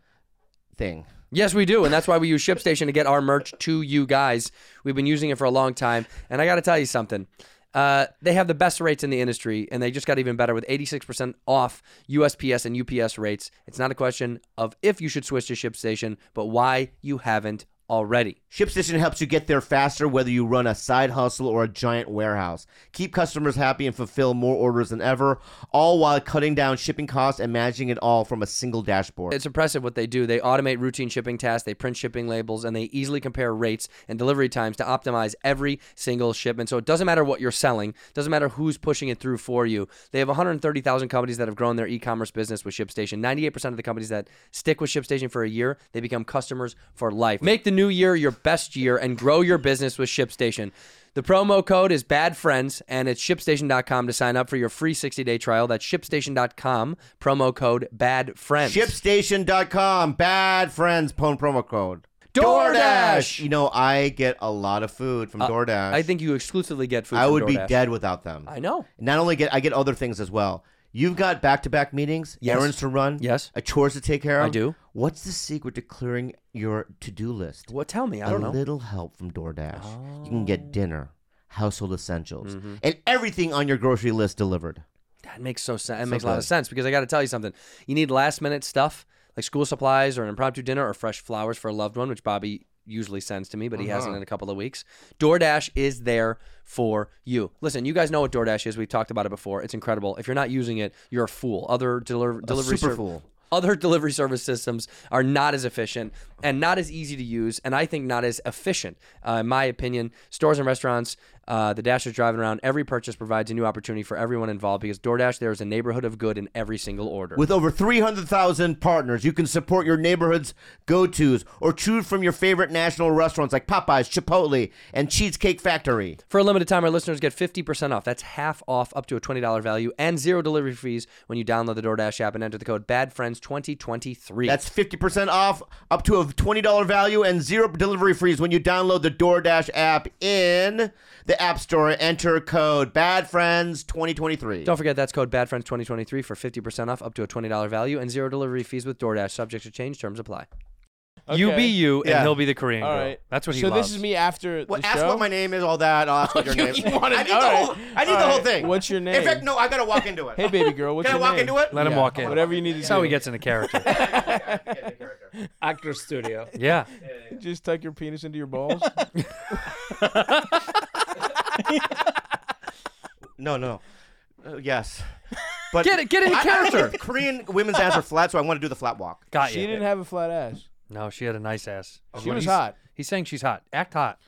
F: Thing.
A: Yes, we do, and that's why we use ShipStation to get our merch to you guys. We've been using it for a long time, and I got to tell you something. Uh, they have the best rates in the industry, and they just got even better with 86% off USPS and UPS rates. It's not a question of if you should switch to ShipStation, but why you haven't already.
F: ShipStation helps you get there faster, whether you run a side hustle or a giant warehouse. Keep customers happy and fulfill more orders than ever, all while cutting down shipping costs and managing it all from a single dashboard.
A: It's impressive what they do. They automate routine shipping tasks, they print shipping labels, and they easily compare rates and delivery times to optimize every single shipment. So it doesn't matter what you're selling, doesn't matter who's pushing it through for you. They have 130,000 companies that have grown their e-commerce business with ShipStation. 98% of the companies that stick with ShipStation for a year, they become customers for life. Make the new year your best year and grow your business with ShipStation. The promo code is bad friends, and it's shipstation.com to sign up for your free 60 day trial. That's shipstation.com, promo code bad friends.
F: ShipStation.com, bad friends, pwn promo code. You know, I get a lot of food from DoorDash.
A: Uh, I think you exclusively get food.
F: I
A: from
F: would be
A: DoorDash.
F: dead without them.
A: I know.
F: Not only get I get other things as well. You've got back-to-back meetings,
A: Yes.
F: errands to run,
A: Yes.
F: a chores to take care of.
A: I do.
F: What's the secret to clearing your to-do list?
A: Well, tell me. I
F: a
A: don't know. Oh.
F: little help from DoorDash. You can get dinner, household essentials,
A: Mm-hmm.
F: and everything on your grocery list delivered.
A: That makes so sense. It makes a
F: good.
A: lot of sense because I got to tell you something. You need last minute stuff like school supplies or an impromptu dinner or fresh flowers for a loved one, which Bobby usually sends to me, but he
F: Uh-huh.
A: hasn't in a couple of weeks. DoorDash is there for you. Listen, you guys know what DoorDash is. We've talked about it before. It's incredible. If you're not using it, you're a fool. Other deliver- delivery
F: super
A: serv-
F: fool.
A: other delivery service systems are not as efficient and not as easy to use, and I think not as efficient, uh, in my opinion. Stores and restaurants, uh, Uh, the Dash is driving around. Every purchase provides a new opportunity for everyone involved because DoorDash, there is a neighborhood of good in every single order.
F: With over 300,000 partners, you can support your neighborhood's go tos or choose from your favorite national restaurants like Popeyes, Chipotle, and Cheesecake Factory.
A: For a limited time, our listeners get 50% off. That's half off up to a $20 value and zero delivery fees when you download the DoorDash app and enter the code BADFRIENDS2023.
F: That's 50% off, up to a $20 value, and zero delivery fees when you download the DoorDash app in the App Store. Enter code BADFRIENDS2023.
A: Don't forget that's code BADFRIENDS2023 for 50% off up to a $20 value and zero delivery fees with DoorDash. Subject to change, terms apply. You be you, and
F: Yeah.
A: he'll be the Korean
F: All
A: girl.
F: right.
A: That's what he
G: so
A: loves.
G: this is me after
F: Well,
G: the
F: ask
G: show?
F: what my name is, all that. I'll ask what your
G: You-
F: name
G: you
F: is.
G: wanna-
F: I need,
G: all
F: the,
G: right.
F: whole, I need
G: All
F: the whole
G: right.
F: thing.
G: What's your
F: In
G: name?
F: fact, no, I gotta walk into it.
G: Hey, baby girl, what's
F: Can
G: your
F: I walk
G: name?
F: into it?
K: Let him
G: Yeah,
K: walk in.
G: Whatever you need to
K: That's
G: do.
K: how he gets into character.
L: Actor studio.
K: Yeah.
G: Just tuck your penis into your balls.
F: No, no. Uh, yes. But
G: Get it- get in
F: I- I think
G: character.
F: Korean women's ass are flat, so I want to do the flat walk.
K: Got
G: she
K: you.
G: didn't have a flat ass.
K: No, she had a nice ass.
G: She was
K: He's-
G: hot.
K: He's saying she's hot. Act hot.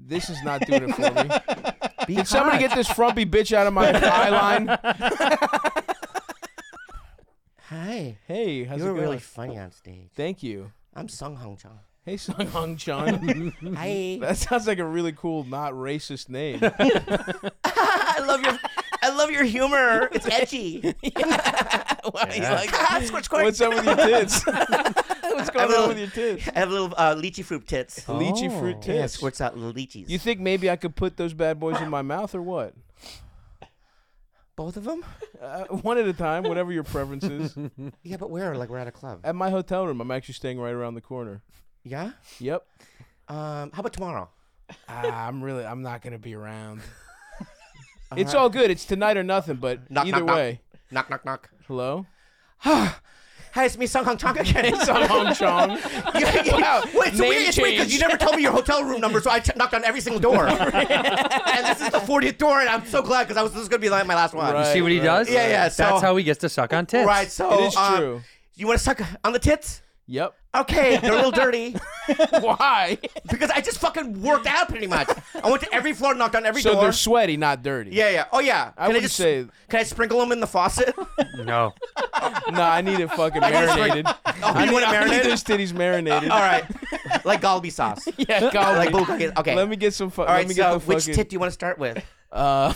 G: This is not doing it for me.
K: Be
G: Did somebody
K: hot.
G: get this frumpy bitch out of my eye line?
F: Hi.
G: Hey, how's
F: you were
G: it going?
F: really funny on stage.
G: Thank you.
F: I'm Sung Hong Chong.
G: Hey, Sung Hong Chun.
F: Hi.
G: That sounds like a really cool, not racist name.
F: I love your, I love your humor. It's edgy.
G: Why are you
F: Yeah.
G: like that?
F: Squirt, squirt.
G: What's up with your tits? What's
F: I have a
G: going on
F: little-
G: with your tits?
F: I have little uh, lychee fruit tits.
G: Lychee fruit
F: Yeah,
G: tits.
F: squirts out little lychees.
G: Oh, You think maybe I could put those bad boys in my mouth or what?
F: Both of them?
G: Uh, one at a time, whatever your preference is.
F: Yeah, but where? Like we're at a club.
G: At my hotel room, I'm actually staying right around the corner.
F: Yeah.
G: Yep.
F: Um, how about tomorrow?
G: Ah, I'm really, I'm not gonna be around.
F: All
G: it's
F: right.
G: all good. It's tonight or nothing. But
F: Knock,
G: either
F: knock, knock.
G: way,
F: knock knock knock.
G: Hello.
F: Hi, it's me, Sung Hong Chong again.
G: Sung Hong Chong.
F: Yeah, yeah.
G: Wow,
F: Wait, it's
G: name
F: weird. It's weird because you
G: change.
F: never told me your hotel room number, so I ch- knocked on every single door. and this is the 40th door, and I'm so glad because I was this is gonna be like my last one.
K: you see what he does?
F: Yeah, yeah.
K: That's
F: so-
K: how he gets to suck on tits.
F: Right.
G: Oh,
F: So
K: It is
G: uh,
F: um,
K: true.
F: You want to suck on the tits?
G: Yep.
F: Okay, they're a little dirty.
G: Why?
F: Because I just fucking worked out pretty much. I went to every floor, knocked on every
G: so
F: door.
G: they're sweaty, not dirty.
F: yeah, yeah. Oh yeah. Can
G: I would
F: just,
G: say.
F: Can I sprinkle them in the faucet?
K: No.
G: No, I need it fucking
F: I just-
G: marinated.
F: Oh,
G: I
F: you
G: need,
F: want it
G: I need
F: marinated?
G: those titties marinated.
F: All right. Like galbi sauce.
G: Yeah, golly.
F: Like bulgogi. Oh, Okay.
G: Let me get some. Fu-
F: All right,
G: let me
F: so
G: get the
F: which
G: fucking-
F: tit do you want to start with?
G: Uh,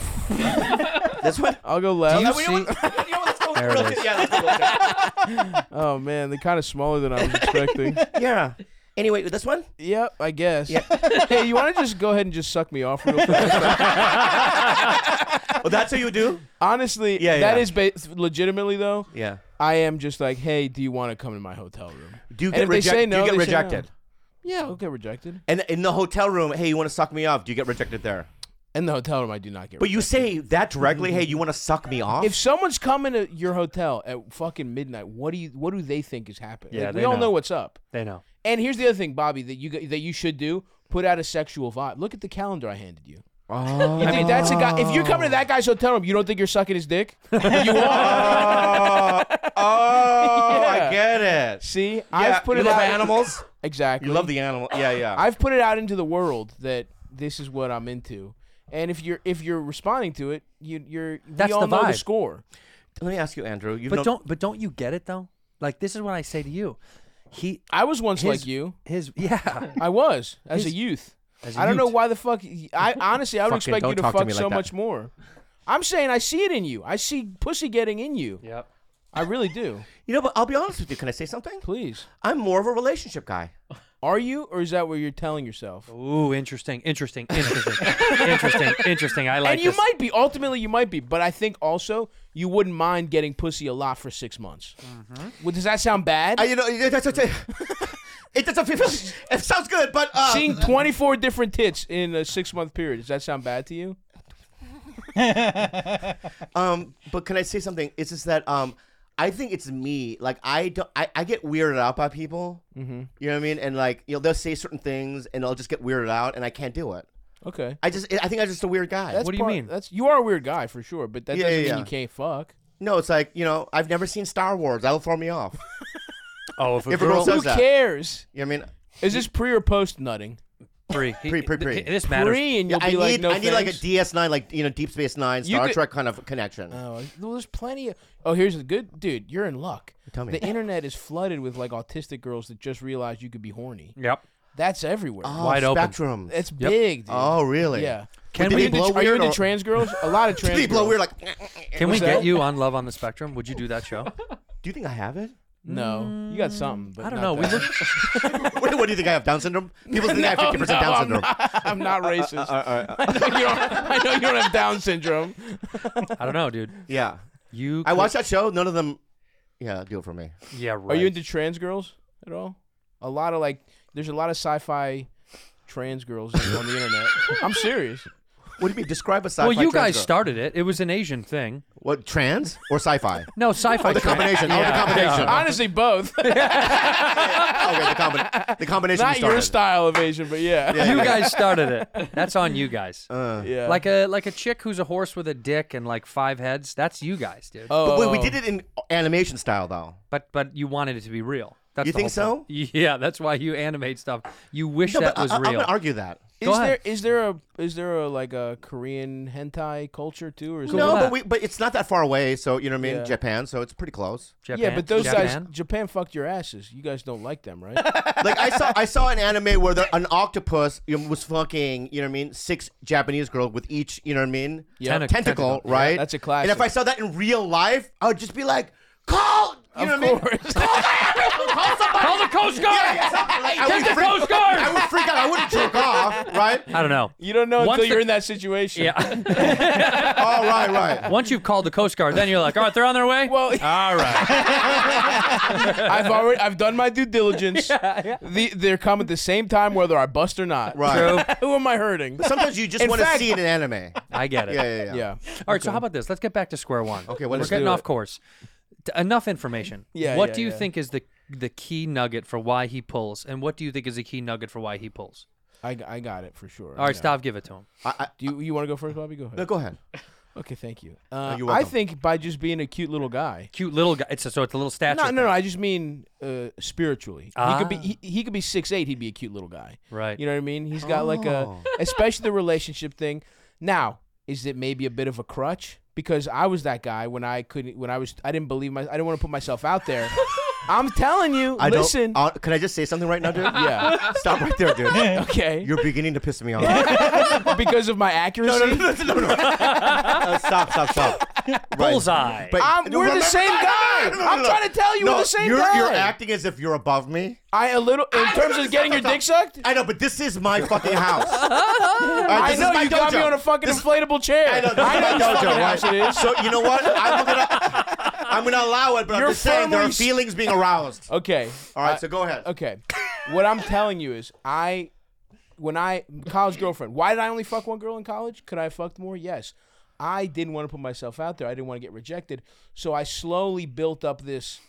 F: this one.
G: I'll go left.
F: Oh, you know what? You know what? Let's go with
G: There it
F: real
G: is.
F: tit. Yeah, let's go with real
G: oh man, they're kind of smaller than I was expecting.
F: tit. Yeah. Anyway, this one?
G: Yep, I guess. hey, you want to just go ahead and just suck me off real quick? Oh,
F: Well, that's what you do?
G: Honestly,
F: Yeah,
G: that
F: yeah.
G: is ba- legitimately though.
F: Yeah.
G: I am just like, hey, do you want to come to my hotel room?
F: Do you
G: And
F: get
G: if they
F: reject-
G: say
F: do you
G: no,
F: get
G: they say no.
F: rejected?
G: Yeah, I'll get rejected.
F: And in the hotel room, hey, you want to suck me off? Do you get rejected there?
G: In the hotel room, I do not get.
F: But you say that directly, hey, you want to suck me off?
G: If someone's coming to your hotel at fucking midnight, what do you what do they think is happening?
K: Yeah,
G: Like,
K: they
G: we all
K: know.
G: know. what's up.
K: They know.
G: And here's the other thing, Bobby, that you g- that you should do: put out a sexual vibe. Look at the calendar I handed you.
F: Oh.
G: If that's a guy. If you're coming to that guy's hotel room, you don't think you're sucking his dick? You are.
F: Oh,
G: Yeah.
F: I get it.
G: See,
F: Yeah,
G: I've put
F: you
G: it
F: love
G: out
F: animals?
G: Exactly.
F: You love the animal. Yeah, yeah.
G: I've put it out into the world that this is what I'm into, and if you're if you're responding to it, you, you're
K: That's
G: we all
K: the
G: know the
K: vibe.
G: score.
F: Let me ask you, Andrew. You
K: but don't but don't you get it though? Like this is what I say to you. He
G: I was once
K: his-
G: like you.
K: His yeah.
G: I was as
K: His-
G: a youth. I
K: as a
G: I don't know
K: youth.
G: why the fuck. I honestly, I would
F: Fucking
G: expect
F: don't
G: you to
F: talk to
G: fuck
F: me like
G: so
F: that.
G: much more. I'm saying I see it in you. I see pussy getting in you.
K: Yep.
G: I really do.
F: You know, but I'll be honest with you. Can I say something?
G: Please.
F: I'm more of a relationship guy.
G: Are you, or is that what you're telling yourself?
K: Ooh, interesting, interesting, interesting, interesting, interesting. I like
G: and you
K: this.
G: might be. Ultimately, you might be. But I think also you wouldn't mind getting pussy a lot for six months. Well, does that sound bad?
F: Mm-hmm. I, Uh, you know, that's what I- it doesn't feel. It sounds good, but uh,
G: Seeing 24 different tits in a six month period. Does that sound bad to you?
F: um, but can I say something? It's just that um, I think it's me. Like I don't, I, I get weirded out by people.
G: Mhm.
F: You know what I mean? And like, you know, they'll say certain things, and I'll just get weirded out, and I can't do it.
G: Okay.
F: I just, I think I'm just a weird guy.
G: That's part- That's you are a weird guy for sure, but that
F: Yeah,
G: doesn't
F: yeah,
G: mean
F: yeah.
G: you can't fuck.
F: No, it's like you know, I've never seen Star Wars. That'll throw me off.
K: Oh, if a
F: If a
K: girl,
F: girl says
G: Who
F: that.
G: cares?
F: You know what I mean?
G: Is this pre or post nutting?
A: Pre, He-
F: pre, pre, pre.
A: th- this matters. Pre, and you'll
F: I
A: be like,
F: need,
A: "No
F: I need like a
A: thanks."
F: DS9, like you know, Deep Space Nine,
G: You
F: Star
G: could-
F: Trek kind of connection.
G: Oh, well, there's plenty of. Oh, here's the good dude. You're in luck.
F: Tell me.
G: The internet is flooded with like autistic girls that just realized you could be horny.
A: Yep.
G: That's everywhere.
F: Oh, Wide open. spectrum.
G: It's
F: Yep.
G: big. Dude.
F: Oh, really?
G: Yeah.
F: Can
G: Are you
F: we
G: into-
F: blow
G: Are you
F: weird
G: into
F: or-
G: trans girls? A lot of
F: Did he
G: trans.
F: blow
G: girls.
F: weird, like,
A: Can we
G: What's
A: get
G: that?
A: you on Love on the Spectrum? Would you do that show?
F: Do you think I have it?
G: No, you got something. But
A: I don't
G: not
A: know. We
G: that.
A: look,
F: what, what do you think I have? Down syndrome? People think I have
G: No,
F: 50%
G: no,
F: Down
G: I'm
F: syndrome.
G: not- I'm not racist.
F: Uh, uh,
G: I, know you don't, I know you don't have Down syndrome.
A: I don't know, dude.
F: Yeah.
A: You.
F: I
A: could-
F: watched that show. None of them. Yeah, do it for me.
A: Yeah, right.
G: Are you into trans girls at all? A lot of like, there's a lot of sci-fi trans girls on the internet. I'm serious.
F: What do you mean? Describe a sci-fi.
A: well, you
F: trans
A: guys
F: girl.
A: started it. It was an Asian thing.
F: What trans or sci-fi?
A: No, sci-fi.
F: Oh, the
A: trend.
F: combination. Oh, the
A: Yeah.
F: combination.
G: Honestly, both.
F: Okay, the, combi- the combination.
G: Not
F: we
G: your
F: started.
G: style of Asian, but yeah.
F: Yeah.
A: You guys started it. That's on you guys.
G: Yeah.
A: Like a like a chick who's a horse with a dick and like five heads. That's you guys, dude.
G: oh,
F: But we, we did it in animation style, though.
A: But but you wanted it to be real. That's
F: You
A: the
F: think
A: whole point. Yeah, that's why you animate stuff. You wish
F: No,
A: that
F: but
A: was
F: I, I'm
A: real.
F: gonna argue that.
G: Is
A: Go ahead.
G: there is there a is there a like a Korean hentai culture too, or is
F: no,
G: it
A: that.
F: but we, but it's not that far away. So you know what I mean?
G: Yeah.
F: Japan. So it's pretty close.
A: Japan,
G: yeah, but those
A: Japan.
G: guys, Japan fucked your asses. You guys don't like them, right?
F: like I saw I saw an anime where there, an octopus you know, was fucking you know what I mean six Japanese girls with each you know what I mean
G: Yeah. Tentacle.
F: tentacle,
G: Tentacle.
F: right
G: Yeah, that's a
F: class.
G: classic.
F: and if I saw that in real life I would just be like call you
G: Of
F: know what
G: course.
F: I mean call somebody
A: Call the Coast Guard.
F: Yeah, yeah, something like- I
A: Get
F: would
A: the
F: freak-
A: Coast Guard!
F: I would freak out I wouldn't jerk off right
A: I don't know.
G: You don't know
A: Once
G: until
A: the-
G: you're in that situation.
A: Yeah.
F: oh right right
A: Once you've called the Coast Guard, then you're like, all right, they're on their way.
G: Well,
A: all right.
G: I've already I've done my due diligence. The, they're come at the same time whether I bust or not.
F: Right.
G: Who am I hurting?
F: sometimes you just
G: In
F: want to
G: fact-
F: see it in anime
A: I get it.
F: yeah yeah yeah,
G: Yeah.
A: All right, so how about this? Let's get back to square one.
F: Okay, what
A: we're
F: is-
A: getting
G: do
A: off
G: it.
A: course. D- enough information.
G: Yeah,
A: What
G: yeah,
A: do you
G: yeah.
A: think is the the key nugget for why he pulls, and what do you think is the key nugget for why he pulls?
G: I, I got it for sure.
A: All right,
G: Yeah.
A: stop. Give it to him.
F: I, I,
G: Do you you want to go first, Bobby? Go ahead.
F: no, go ahead
G: Okay, thank you. Uh,
F: you're
G: I
F: welcome.
G: think by just being a cute little guy.
A: Cute little guy. It's a, so it's a little statue.
G: No, no, no. I just mean uh, spiritually. He could be
A: Ah.
G: he, he could be six eight. He'd be a cute little guy.
A: Right.
G: You know what I mean? He's got like
F: Oh.
G: a, especially the relationship thing. Now, is it maybe a bit of a crutch? Because I was that guy when I couldn't, when I was, I didn't believe my, I didn't want to put myself out there. I'm telling you,
F: I
G: listen.
F: don't, uh, can I just say something right now dude
G: Yeah.
F: stop right there dude
G: okay.
F: you're beginning to piss me off.
G: because of my accuracy.
F: No, no, no, no, no, no. Uh, stop, stop, stop. Right.
A: Bullseye.
F: But
G: I'm- we're the same guy. I'm trying to tell you we're
F: No,
G: the same
F: you're,
G: guy.
F: You're acting as if you're above me.
G: I a little in terms
F: Stop,
G: of
F: stop,
G: getting your
F: stop.
G: dick sucked.
F: I know, but this is my fucking house. All right,
G: I
F: this is
G: know
F: my
G: you got me
F: dojo.
G: on a fucking
F: This-
G: inflatable chair.
F: I know, this is my
G: your
F: dojo,
G: fucking
F: right?
G: house it is.
F: So you know what? I'm gonna, I'm gonna allow it, but
G: You're
F: I'm just saying there
G: firmly
F: are
G: s-
F: feelings being aroused.
G: Okay.
F: All right, so go ahead.
G: Okay. What I'm telling you is I when I college girlfriend, why did I only fuck one girl in college? Could I have fucked more? Yes. I didn't want to put myself out there. I didn't want to get rejected. So I slowly built up this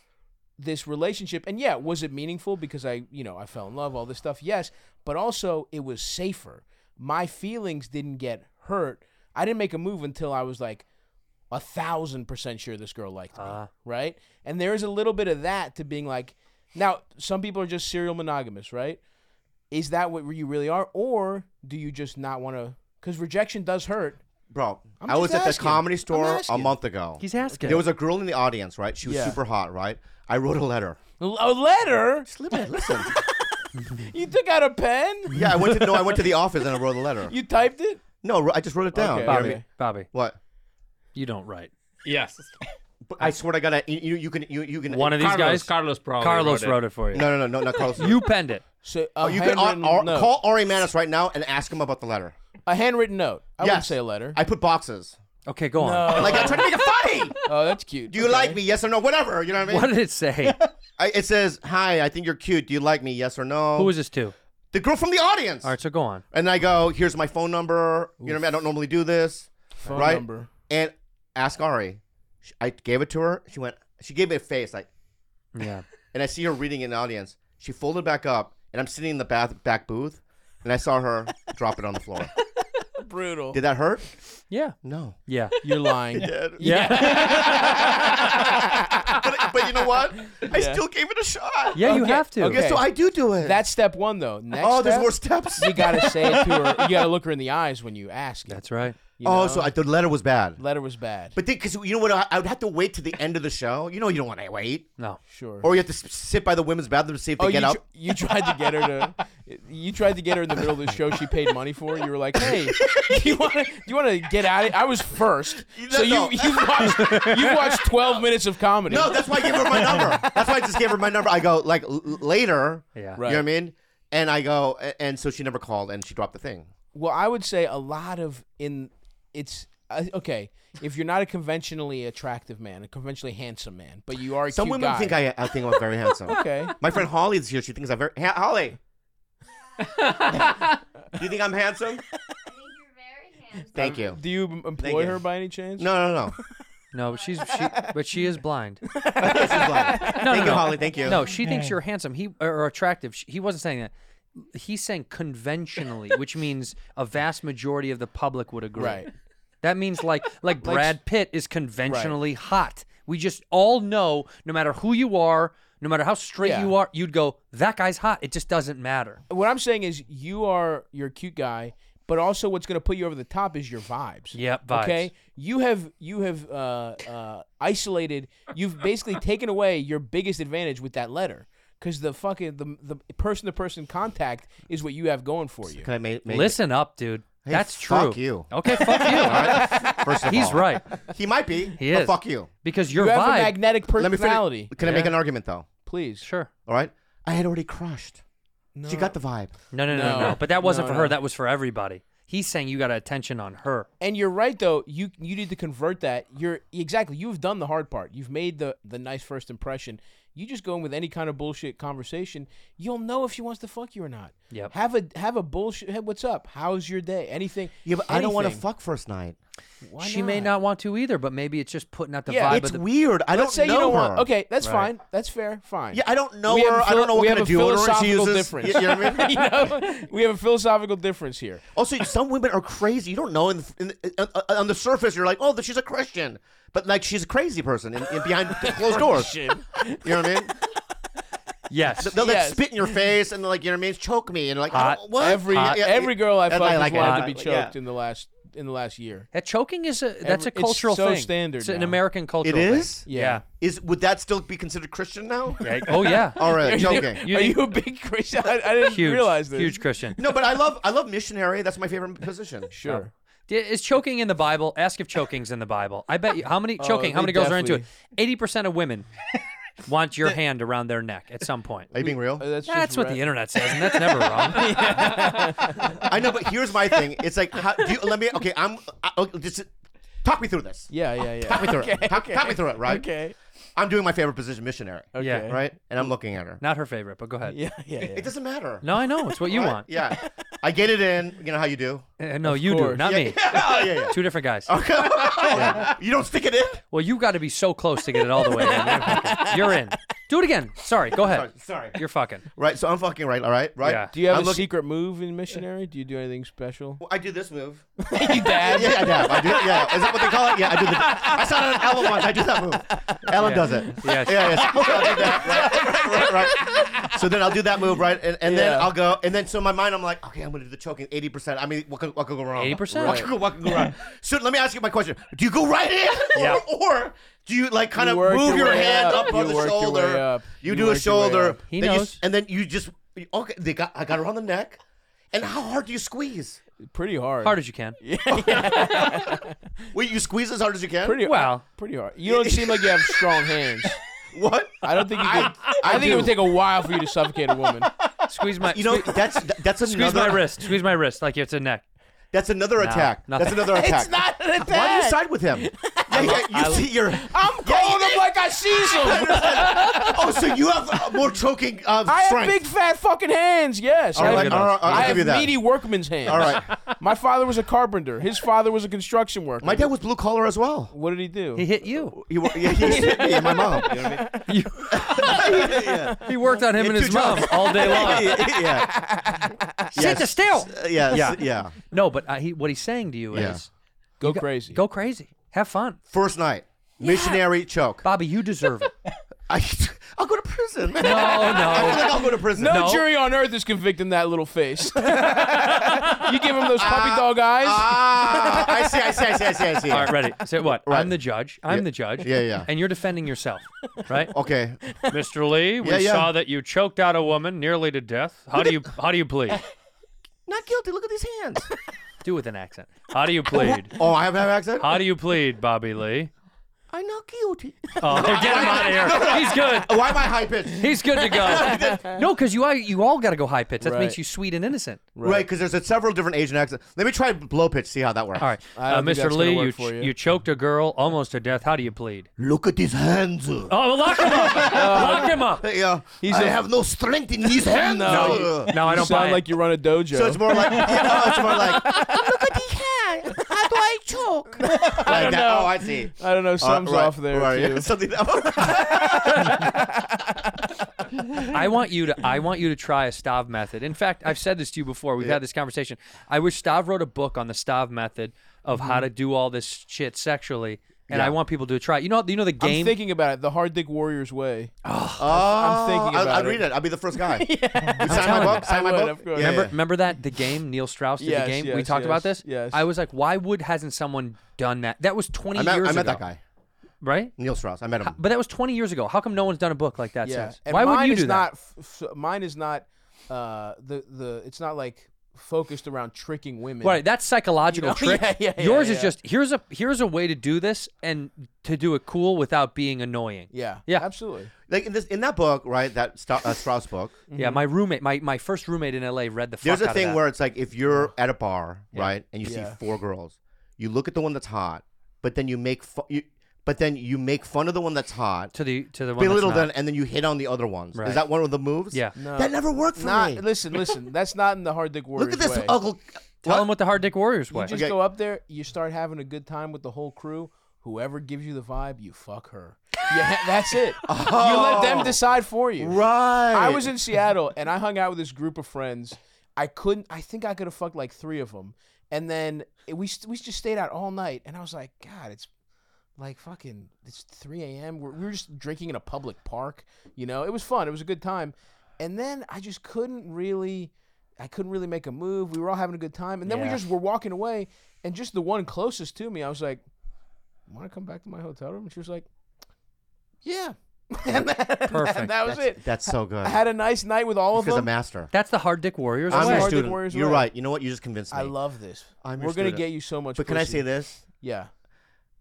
G: this relationship. And yeah, was it meaningful because I, you know, I fell in love, all this stuff? Yes, but also it was safer. My feelings didn't get hurt. I didn't make a move until I was like a thousand percent sure this girl liked me, right? And there is a little bit of that to being like, now some people are just serial monogamous, right? Is that what you really are, or do you just not want to? Because rejection does hurt.
F: Bro,
G: I'm
F: I was
G: just
F: at the
G: asking.
F: comedy
G: I'm
F: store a
G: asking.
F: month ago.
A: He's asking.
F: There was a girl in the audience, right? She was
G: Yeah.
F: super hot, right? I wrote a letter.
G: L- A letter?
F: Listen.
G: You took out a pen?
F: yeah, I went to no, I went to the office and I wrote a letter.
G: You typed it?
F: No, I just wrote it down.
G: Okay.
F: You know what I
A: Bobby,
F: mean?
A: Bobby,
F: What?
A: you don't write.
L: Yes.
F: But I swear to God, I, you you can you you can
A: One of these
L: Carlos-
A: guys,
L: Carlos probably
A: Carlos
L: wrote it.
A: wrote it for you.
F: No, no, no, no, not Carlos.
A: You penned it.
G: So a
F: Oh, you can
G: handwritten
F: Ar- Ar-
G: note.
F: call Ari Manis right now and ask him about the letter.
G: a handwritten note. I wouldn't
F: Yes.
G: say a letter.
F: I put boxes.
A: Okay, go on.
F: Like I try to make it funny.
G: oh, that's cute.
F: Do you
G: Okay.
F: like me? Yes or no? Whatever. You know what I mean?
A: What did it say?
F: I, it says, "Hi, I think you're cute. Do you like me? Yes or no?"
A: Who was this to?
F: the girl from the audience?
A: All right, so go on.
F: And I go, "Here's my phone number. You know what I mean? I don't normally do this,
G: Phone
F: right?"
G: number.
F: And ask Ari. Sh- I gave it to her. She went. She gave me a face like,
A: Yeah.
F: and I see her reading in the audience. She folded back up, and I'm sitting in the bath, back booth, and I saw her drop it on the floor.
G: Brutal.
F: Did that hurt?
A: Yeah.
F: No.
A: Yeah.
G: You're lying.
F: Yeah.
G: Yeah.
F: but, but you know what? I
G: Yeah.
F: still gave it a shot.
A: Yeah, you have to.
F: Okay, so I do do it.
G: That's step one, though. Next
F: Oh, there's
G: step,
F: more steps?
G: You gotta say it to her. You gotta look her in the eyes when you ask. It.
A: That's right.
G: You
F: oh,
G: know?
F: so I, the letter was bad.
G: letter was bad.
F: But because you know what, I, I would have to wait to the end of the show. You know, you don't want to wait.
A: No.
G: Sure.
F: Or you have to s- sit by the women's bathroom to see if they
G: oh,
F: get
G: you,
F: up.
G: tr- you tried to get her to. You tried to get her in the middle of the show. She paid money for. You were like, "Hey, do you want to? You want to get at it?" I was first, so
F: No, no.
G: you you watched you watched twelve minutes of comedy.
F: No, that's why I gave her my number. That's why I just gave her my number. I go like l- later.
A: Yeah.
F: You know what I mean? And I go, a- and so she never called, and she dropped the thing.
G: well, I would say a lot of in it's uh, okay if you're not a conventionally attractive man, a conventionally handsome man, but you are a
F: Some
G: cute
F: women
G: guy.
F: think I, I think I'm very handsome.
G: okay.
F: My friend Holly is here. She thinks I'm very ha- Holly. Do you think I'm handsome? Thank you.
G: Do you m- employ
F: you.
G: her by any chance?
F: No, no, no.
A: No, but she's she, but she is blind. no,
F: This is like- thank you, Holly. Thank you.
A: No, she thinks you're handsome. He or or attractive. She, he wasn't saying that. He's saying conventionally, which means a vast majority of the public would agree.
G: Right.
A: That means like like Brad Pitt is conventionally hot. We just all know, no matter who you are, no matter how straight
G: Yeah.
A: you are, you'd go that guy's hot. It just doesn't matter.
G: What I'm saying is you are you're a cute guy, but also what's going to put you over the top is your vibes.
A: Yep, vibes.
G: Okay. You have you have uh, uh, isolated. You've basically taken away your biggest advantage with that letter. Because the fucking the the person to person contact is what you have going for you.
F: Can I make, make
A: Listen up, dude.
F: Hey,
A: That's true.
F: fuck you.
A: Okay, fuck you.
F: First of
A: He's
F: all.
A: right.
F: He might be.
A: He
F: but
A: is.
F: fuck you.
A: Because your
G: You have a
A: vibe.
G: magnetic
F: Let me
G: personality.
F: finish. Can I make an argument though?
G: Please.
A: sure.
F: All right. I had already crushed. She got the vibe.
A: No, no, no, no,
G: No.
A: no. But that wasn't
G: No,
A: for
G: no.
A: her. That was for everybody. He's saying you got attention on her.
G: And you're right though. You you need to convert that. You're exactly. You've done the hard part. You've made the the nice first impression. You just go in with any kind of bullshit conversation. You'll know if she wants to fuck you or not.
A: Yep.
G: Have a have a bullshit. Hey, what's up? How's your day? Anything?
F: Yeah, but I don't want to
G: anything.
F: fuck first night.
G: Why
A: she may not want to either, but maybe it's just putting out the
G: Yeah.
A: vibe.
F: it's
A: of the,
F: weird. I
G: Let's
F: don't
G: say
F: know
G: you don't
F: her.
G: want. Okay, that's fine. That's fair. Fine.
F: Yeah, I don't know
G: We have
F: her.
G: a
F: I don't know
G: phil- we
F: what kind
G: have
F: of
G: a
F: deodorant she
G: philosophical
F: uses.
G: difference.
F: You know what I mean?
G: you know, we have a philosophical difference here.
F: Also, some women are crazy. You don't know. In the, in the, uh, uh, on the surface, you're like, oh, that she's a Christian, but like she's a crazy person in, in behind closed doors. you know what I mean?
A: yes.
F: They'll like
G: Yes.
F: spit in your face and like you know what I mean, choke me and like I
A: Hot.
F: don't- what? Uh,
G: Every
F: Yeah, yeah,
G: every girl I
F: and
G: fucked has
F: like it.
G: wanted
F: Hot.
G: to be
F: Yeah.
G: choked in the last in the last year.
A: That choking is a that's
G: Every-
A: a
G: it's
A: cultural
G: so
A: thing.
G: standard
A: It's an
G: now.
A: American cultural.
F: It is?
A: Thing. Yeah.
F: Is would that still be considered Christian now?
A: Oh yeah.
F: All right, joking.
G: Are you a big Christian? I, I didn't
A: huge,
G: realize this.
A: huge Christian.
F: No, but I love I love missionary. That's my favorite position.
G: Sure.
A: D- Is choking in the Bible? Ask if choking's in the Bible. I bet you. How many choking? how
G: Oh, they
A: many girls are into it? Eighty percent of women want your hand around their neck at some point.
F: Are you being real?
G: Uh, that's
A: That's
G: just
A: what
G: ra-
A: the internet says, and that's never wrong.
F: I know, but here's my thing. It's like, how, do you, let me. Okay, I'm. I, okay, just talk me through this.
G: Yeah, yeah, yeah.
F: Talk me through it. Talk, talk me through it. Right.
G: Okay.
F: I'm doing my favorite position, missionary.
A: Oh, Yeah.
F: Right. And I'm looking at her.
A: Not her favorite, but go ahead.
G: Yeah, yeah, yeah.
F: It doesn't matter.
A: No, I know. It's what you
F: Right?
A: want.
F: Yeah. I get it in. You know how you do.
A: Uh, no, you do,
G: course.
A: not
F: Yeah.
A: me.
F: Oh, yeah, yeah.
A: Two different guys.
F: You don't stick it in.
A: Well, you got to be so close to get it all the way in. You're in. Do it again. Sorry. Go ahead.
F: Sorry.
A: You're fucking.
F: Right. So I'm fucking right. All right. Right.
A: Yeah.
G: Do you have
F: I'm
G: a
F: looking-
G: secret move in missionary? Do you do anything special?
F: I do this move.
G: you dad.
F: Yeah, yeah, I dab. I do. Yeah, is that what they call it? Yeah, I do. The, I saw it on Ellen once. I do that move. Ellen
A: Yeah.
F: does it.
A: Yes.
F: Yeah, yes. I'll do that. Right, right, right, right. So then I'll do that move, right? And, and then
G: Yeah.
F: I'll go. And then so in my mind, I'm like, okay, I'm gonna do the choking, eighty percent. I mean, what could, what could go wrong?
A: 80%?
F: What could, go- what could go wrong? so let me ask you my question: Do you go right in,
A: Yeah.
F: or, or do you like kind
G: You
F: of
G: work
F: move
G: your
F: your,
G: way
F: hand
G: up.
F: up, on
G: You
F: the
G: work your
F: shoulder?
G: way up.
F: You,
G: You
F: do a
G: work your way
F: shoulder.
G: up.
A: He
F: then you s-
A: knows.
F: and then you just okay. They got. I got her on the neck. And how hard do you squeeze?
G: Pretty hard.
A: Hard as you can.
F: Wait, you squeeze as hard as you can.
G: Pretty
A: Well.
G: Pretty hard. You don't seem like you have strong hands.
F: what?
G: I don't think you could. I, think
F: do.
G: it would take a while for you to suffocate a woman.
A: Squeeze my.
F: You know,
A: sque-
F: that's that- that's another
A: squeeze my wrist. Squeeze my wrist like it's a neck.
F: That's another attack.
A: nothing.
F: that's another attack.
G: an attack.
F: Why do you side with him? Yeah, yeah, you see, you're.
G: I'm calling them like I seize them.
F: Oh, so you have uh, more choking uh,
G: I have
F: strength.
G: big fat fucking hands. Yes.
F: All
G: I have
F: right,
A: good
F: all right,
A: ones.
F: all right,
G: I
F: I'll
G: have
F: give you that.
G: meaty workman's hands.
F: All right.
G: My father was a carpenter. His father was a construction worker.
F: My dad was blue collar as well.
G: What did he do?
A: He hit you.
F: He, wor- yeah, he used to hit me and my mom. You know what I mean?
A: He worked on him and
F: two
A: his mom
F: jobs.
A: all day long.
F: yeah.
A: Sit
F: Yes.
A: still.
F: Uh, yes, yeah.
A: No, but uh, he, what he's saying to you
F: Yeah.
A: is
G: Go
A: you got-
G: crazy.
A: Go crazy. Have fun.
F: First night. Missionary choke.
A: Bobby, you deserve it.
F: I, I'll go to prison. Oh, No, I feel like I'll
A: no.
F: go to prison.
G: No, jury on earth is convicting that little face. you give him those
F: Uh,
G: puppy dog eyes.
F: Ah, I see, I see, I see, I see, I see.
A: All right, ready. So what? I'm the judge. I'm
F: Yeah.
A: the judge.
F: Yeah, yeah.
A: And you're defending yourself, right?
F: Okay.
A: Mr. Lee, we
F: Yeah, yeah.
A: saw that you choked out a woman nearly to death. How do you how do you plead?
F: Not guilty. Look at these hands.
A: Do with an accent. How do you plead?
F: Oh, I have an accent?
A: How do you plead, Bobby Lee?
F: I'm not guilty.
A: Oh, get him out of here. He's good.
F: Why am I high pitched?
A: He's good to go. No, because you all, you all got to go high pitch. That makes
G: Right.
A: you sweet and innocent.
F: Right, because there's a several different Asian accents. Let me try blow pitch, see how that works.
A: All right,
G: I don't
A: uh,
G: think
A: Mr.
G: that's gonna
A: Lee,
G: work
A: you,
G: for
A: ch-
G: you.
A: you choked a girl almost to death. How do you plead?
F: Look at these hands. Uh,
A: Oh, well, lock him up! lock him up!
F: yeah,
G: He's
F: I
G: a-
F: have no strength in these hands.
A: No,
F: Uh.
A: no, I
G: You
A: don't buy
G: sound
A: it.
G: like you run a dojo.
F: So it's more like, yeah, no, it's more like,
E: Look at the hair. How do I choke?
F: like that.
G: know.
F: Oh, I see.
G: I don't know.
F: Uh,
G: Something's
F: right,
G: off there
F: right.
G: too.
F: Something that-
A: I want you to I want you to try a Stav method. In fact, I've said this to you before. We've had this conversation. I wish Stav wrote a book on the Stav method of
G: Mm-hmm.
A: how to do all this shit sexually, and I want people to try. it. You know, you know the
G: I'm
A: game.
G: thinking about it. The hard dick warrior's way.
F: Oh,
G: thinking
F: I'll-
G: about
F: I'll read
G: it.
F: it. I'll be the first guy. You sign my
A: telling
F: book.
G: you.
F: Sign
G: I
F: my
G: would,
F: book.
G: of course.
F: Yeah,
A: remember,
F: yeah.
A: remember that the game Neil Strauss did
G: Yes,
A: the game. we
G: yes,
A: talked about
G: yes,
A: this.
G: yes.
A: I was like, why would hasn't someone done that? That was 20
F: I met,
A: years
F: I met
A: ago.
F: that guy, Mm-hmm.
A: right?
F: Neil Strauss. I met him.
A: But that was 20 years ago. How come no one's done a book like that
G: yeah.
A: since?
G: And
A: Why
G: mine
A: would you
G: is
A: do that?
G: not f- f- mine is not uh, the the it's not like focused around tricking women.
A: Right, that's psychological
G: You know?
A: trick.
G: Yeah, yeah, yeah,
A: Yours is
G: yeah.
A: just here's a here's a way to do this and to do it cool without being annoying.
G: Yeah.
A: Yeah.
G: Absolutely.
F: Like in this, in that book, right? That Stra- uh, Strauss book.
A: Yeah, my roommate, my, my first roommate in LA read the
F: There's
A: fuck
F: a
A: out
F: thing
A: of that.
F: where it's like if you're at a bar, right, and you
G: Yeah.
F: see four girls, you look at the one that's hot, but then you make fun, you, but then you make fun of the one that's hot,
A: to the to the one
F: belittle
A: that's not.
F: them, and then you hit on the other ones.
A: Right.
F: Is that one of the moves?
A: Yeah.
F: that never worked for
G: Not
F: me.
G: listen, listen. That's not in the hard dick warrior's
F: Look at this
G: way.
F: ugly.
A: Tell them what the hard dick warriors
G: You
A: way.
G: just
F: Okay.
G: go up there, you start having a good time with the whole crew. Whoever gives you the vibe, you fuck her. Yeah, that's it. You let them decide for you.
F: Oh. Right.
G: I was in Seattle and I hung out with this group of friends. I couldn't. I think I could have fucked like three of them, and then it- we st- we just stayed out all night. And I was like, God, it's like fucking it's 3 a.m. We're, we were just drinking in a public park. You know, it was fun. It was a good time. And then I just couldn't really. I couldn't really make a move. We were all having a good time, and then we
A: Yeah.
G: just were walking away. And just the one closest to me, I was like, "Want to come back to my hotel room?" And she was like, "Yeah." and that,
A: Perfect.
G: that was
F: That's,
G: it.
F: that's so good.
G: I had a nice night with all of
F: because a
G: them.
F: master.
A: That's the hard dick warriors
G: I'm
F: I'm
G: a
A: way.
F: your
G: hard dick
F: student.
G: warrior's
F: You're
G: way.
F: right. You know what? You just convinced me.
G: I love this.
F: I'm your
G: We're gonna
F: student.
G: get you so much.
F: But can I
G: pussy.
F: say this?
G: Yeah,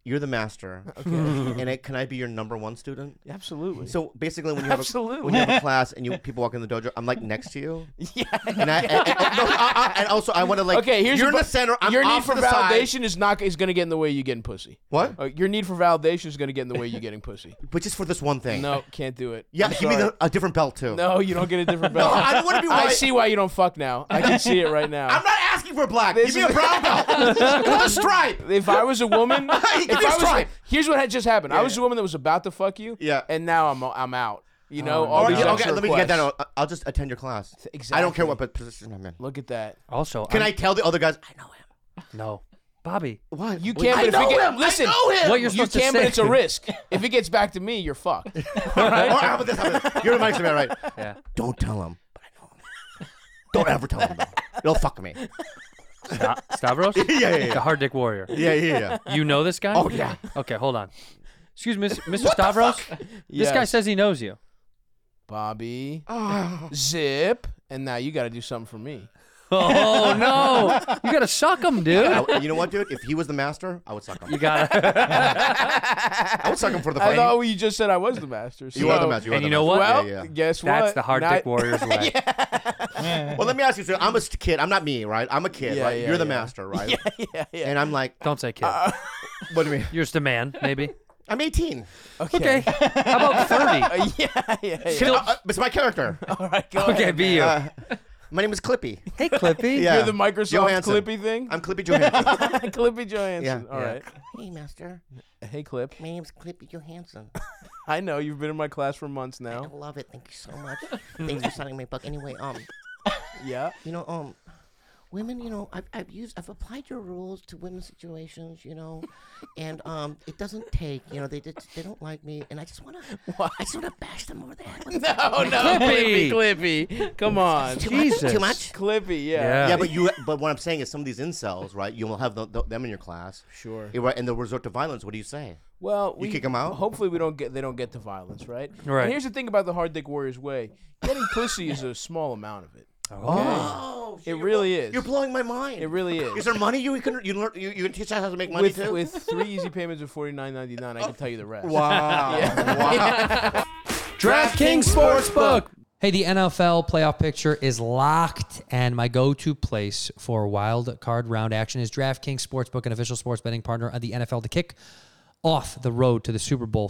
F: You're the master. Okay. and it, can I be your number one student?
G: absolutely.
F: So basically, when you have a,
G: Absolutely.
F: when you have a class and you people walk in the dojo, I'm like next to you. Yeah. And I, and, and- no, I- I- and also I want to like.
G: okay, here's
F: you're in
G: the
F: the center. I'm
G: your need
F: off
G: for
F: to the side.
G: validation is not is gonna get in the way of you getting pussy.
F: What?
G: Uh, your need for validation is gonna get in the way of you getting pussy.
F: But just for this one thing.
G: No, can't do it.
F: Yeah,
G: I'm
F: give me
G: sorry.
F: the, a different belt too.
G: No, you don't get a different belt.
F: I don't wanna be
G: I
F: white.
G: see why you don't fuck now. I can see it right now.
F: I'm not asking for black.
G: This
F: give me
G: is-
F: a brown belt with a stripe.
G: if I was a woman, if
F: Give me a
G: I was,
F: stripe.
G: here's what had just happened. I was a woman that was about to fuck you.
F: Yeah.
G: and now I'm I'm out. You know, all
F: Or,
G: these
F: yeah, okay,
G: extra
F: let me get that.
G: requests.
F: Out. I- I'll just attend your class. I don't
G: Exactly.
F: care what p- position I'm in.
G: Look at that.
A: Also,
F: Can
A: I'm-
F: I tell the other guys? I know him.
A: No, Bobby.
F: What?
G: You can't.
F: I
G: but if
F: know
G: it get,
F: him.
G: Listen,
F: I know him.
A: What you're
G: you
A: supposed to
G: can, but
A: say.
G: it's a risk. If it gets back to me, you're fucked.
F: Or how about this? How about this? You're the Mike's man, right?
A: Yeah.
F: Don't tell him, but I know him. Don't ever tell him. Though. He'll fuck me.
A: Sta- Stavros.
F: yeah, yeah.
A: The hard dick warrior.
F: Yeah, yeah, yeah.
A: You know this guy?
F: Oh, yeah.
A: Okay, hold on. Excuse me, Mr. Stavros. This guy
G: Yes.
A: says he knows you.
G: Bobby, zip, and now you got to do something for me.
A: Oh no! You gotta suck him, dude.
F: I- you know what, dude? If he was the master, I would suck him.
A: You gotta.
F: I would suck him for the
G: I
F: fight.
G: thought you just said I was the master.
F: you are the
G: so-
F: master. are
A: and
F: the
A: you know
F: master.
G: Well,
F: Yeah, yeah.
G: Oh, guess what?
A: That's the hard
G: Not-
A: dick warriors way.
F: Well, let me ask you. So I'm a st- kid. I'm not me, right? I'm a kid,
G: Yeah,
F: right?
G: yeah,
F: You're the
G: yeah.
F: master, right?
G: Yeah, yeah.
F: And I'm like,
A: Don't say kid.
F: Uh, what do you mean?
A: You're just a man, maybe.
F: I'm 18.
A: Okay. How about thirty?
G: yeah, yeah, yeah.
F: Can I- uh, it's my character.
G: All right, go
A: Okay,
G: ahead.
A: be you.
F: Uh, my name is Clippy.
A: hey, Clippy.
F: Yeah.
G: You're the Microsoft
F: Johansson.
G: Clippy thing.
F: I'm Clippy Johansson.
G: Clippy Johansson.
F: Yeah.
G: All
A: Yeah.
G: right.
F: hey, master.
G: Hey, Clip.
F: My name's Clippy Johansson.
G: I know you've been in my class for months
F: I
G: now.
F: love it. Thank you so much. Thanks for signing my book. Anyway, um,
G: Yeah.
L: You know, um, women, you know, I've, I've used, I've applied your rules to women's situations, you know, and um, it doesn't take, you know, they just, they don't like me, and I just wanna, I just wanna bash them over the head. with a
G: No,
L: fucking-
G: no, Clippy, Clippy. Come on.
L: Too much? Jesus. Too much?
G: Clippy, yeah.
F: yeah. but you. But what I'm saying is, some of these incels, right? You'll have the, the, them in your class.
G: Sure.
F: Yeah, right, and they'll resort to violence. What do you say?
G: Well,
F: you
G: we,
F: kick them out.
G: Hopefully, we don't get they don't get to violence, right?
F: Right.
G: And here's the thing about the hard dick warriors way: getting pussy is a small amount of it. Okay.
F: Oh,
G: it really is.
F: You're blowing my mind.
G: It really is.
F: Is there money you can you learn you, you can teach us how to make money
G: with,
F: too?
G: with three easy payments of forty nine ninety nine, I can tell you the rest.
F: Wow.
G: Yeah.
F: Wow.
G: Yeah.
K: DraftKings Sportsbook. Hey, the NFL playoff picture is locked, and my go-to place for wild card round action is DraftKings Sportsbook, an official sports betting partner of the NFL to kick off the road to the Super Bowl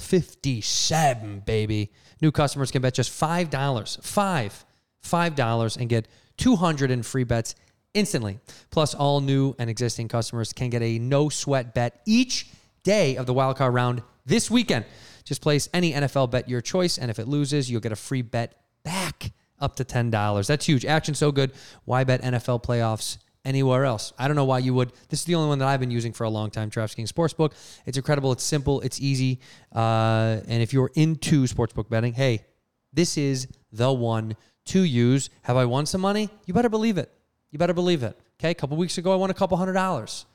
K: 57, baby. New customers can bet just $5, $5, $5 and get 200 in free bets instantly. Plus, all new and existing customers can get a no-sweat bet each day of the wild card round this weekend. Just place any NFL bet your choice, and if it loses, you'll get a free bet back up to $10. That's huge. Action so good. Why bet NFL playoffs anywhere else? I don't know why you would. This is the only one that I've been using for a long time, DraftKings Sportsbook. It's incredible. It's simple. It's easy. Uh, and if you're into sportsbook betting, hey, this is the one to use. Have I won some money? You better believe it. You better believe it. Okay, a couple weeks ago, I won a couple hundred dollars.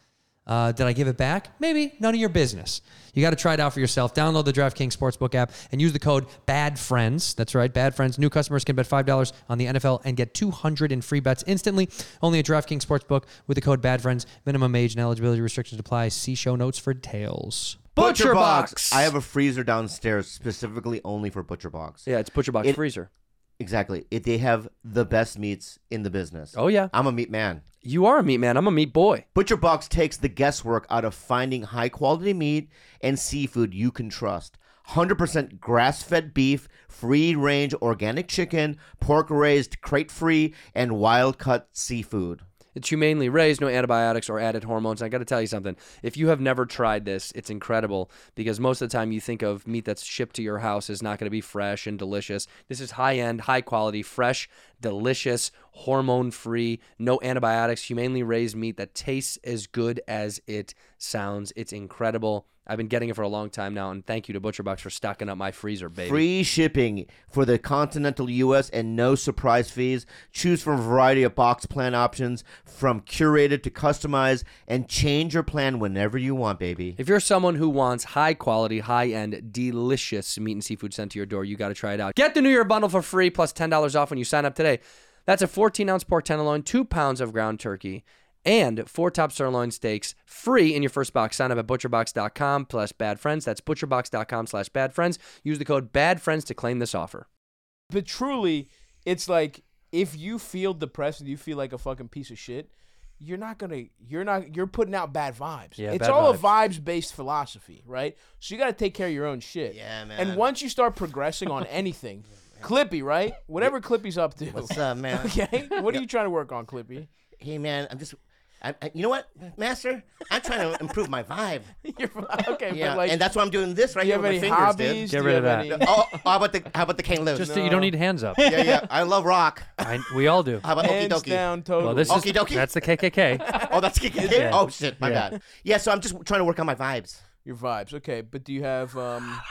K: Uh, did I give it back? Maybe. None of your business. You got to try it out for yourself. Download the DraftKings Sportsbook app and use the code BADFRIENDS. That's right, Bad Friends. New customers can bet $5 on the NFL and get 200 in free bets instantly. Only at DraftKings Sportsbook with the code BADFRIENDS. Minimum age and eligibility restrictions apply. See show notes for details.
F: I have a freezer downstairs specifically only for Butcher Box.
A: Yeah, it's Butcher Box freezer.
F: Exactly. It, they have the best meats in the business.
A: Oh, yeah.
F: I'm a meat man.
A: You are a meat man. I'm a meat boy.
F: Butcher Box takes the guesswork out of finding high quality meat and seafood you can trust. 100% grass fed beef, free range organic chicken, pork raised crate free, and wild cut seafood.
A: It's humanely raised, no antibiotics or added hormones. And I got to tell you something. If you have never tried this, it's incredible because most of the time you think of meat that's shipped to your house is not going to be fresh and delicious. This is high end, high quality, fresh, delicious, hormone free, no antibiotics, humanely raised meat that tastes as good as it sounds. It's incredible. I've been getting it for a long time now. And thank you to ButcherBox for stocking up my freezer, baby.
F: Free shipping for the continental U.S. and no surprise fees. Choose from a variety of box plan options, from curated to customized, and change your plan whenever you want, baby.
A: If you're someone who wants high quality, high end, delicious meat and seafood sent to your door, you got to try it out. Get the New Year bundle for free plus $10 off when you sign up today. That's a 14 ounce pork tenderloin, two pounds of ground turkey, and four top sirloin steaks free in your first box. Sign up at butcherbox.com plus bad friends. That's butcherbox.com slash bad friends. Use the code bad friends to claim this offer.
G: But truly, it's like if you feel depressed and you feel like a fucking piece of shit, you're not gonna you're not you're putting out bad vibes.
A: Yeah,
G: it's
A: bad
G: all a vibes based philosophy, right? So you gotta take care of your own shit. Yeah,
F: man.
G: And once you start progressing on anything, Clippy, right? Whatever Clippy's up to.
F: What's up, man?
G: Okay. What are you trying to work on, Clippy?
F: Hey, man, I'm just. I, I- you know what, Master? I'm trying to improve my vibe.
G: Okay,
F: yeah,
G: but like
F: and that's why I'm doing this right
G: do you
F: here with
G: have
F: my
G: any
F: fingers, dude.
G: hobbies? Get Do rid you of have that. any-
F: Oh, how about the how about the cane loose?
A: Just that you don't need hands up.
F: yeah, yeah. I love rock.
A: I, we all do.
F: How about okie
G: Hands
F: dokie?
G: down, totally.
A: Well, this is-
F: Okie dokie.
A: That's the KKK.
F: oh, that's KKK.
A: Yeah.
F: Oh shit, my
A: Yeah.
F: bad. Yeah, so I'm just trying to work on my vibes.
G: Your vibes, okay. But do you have um?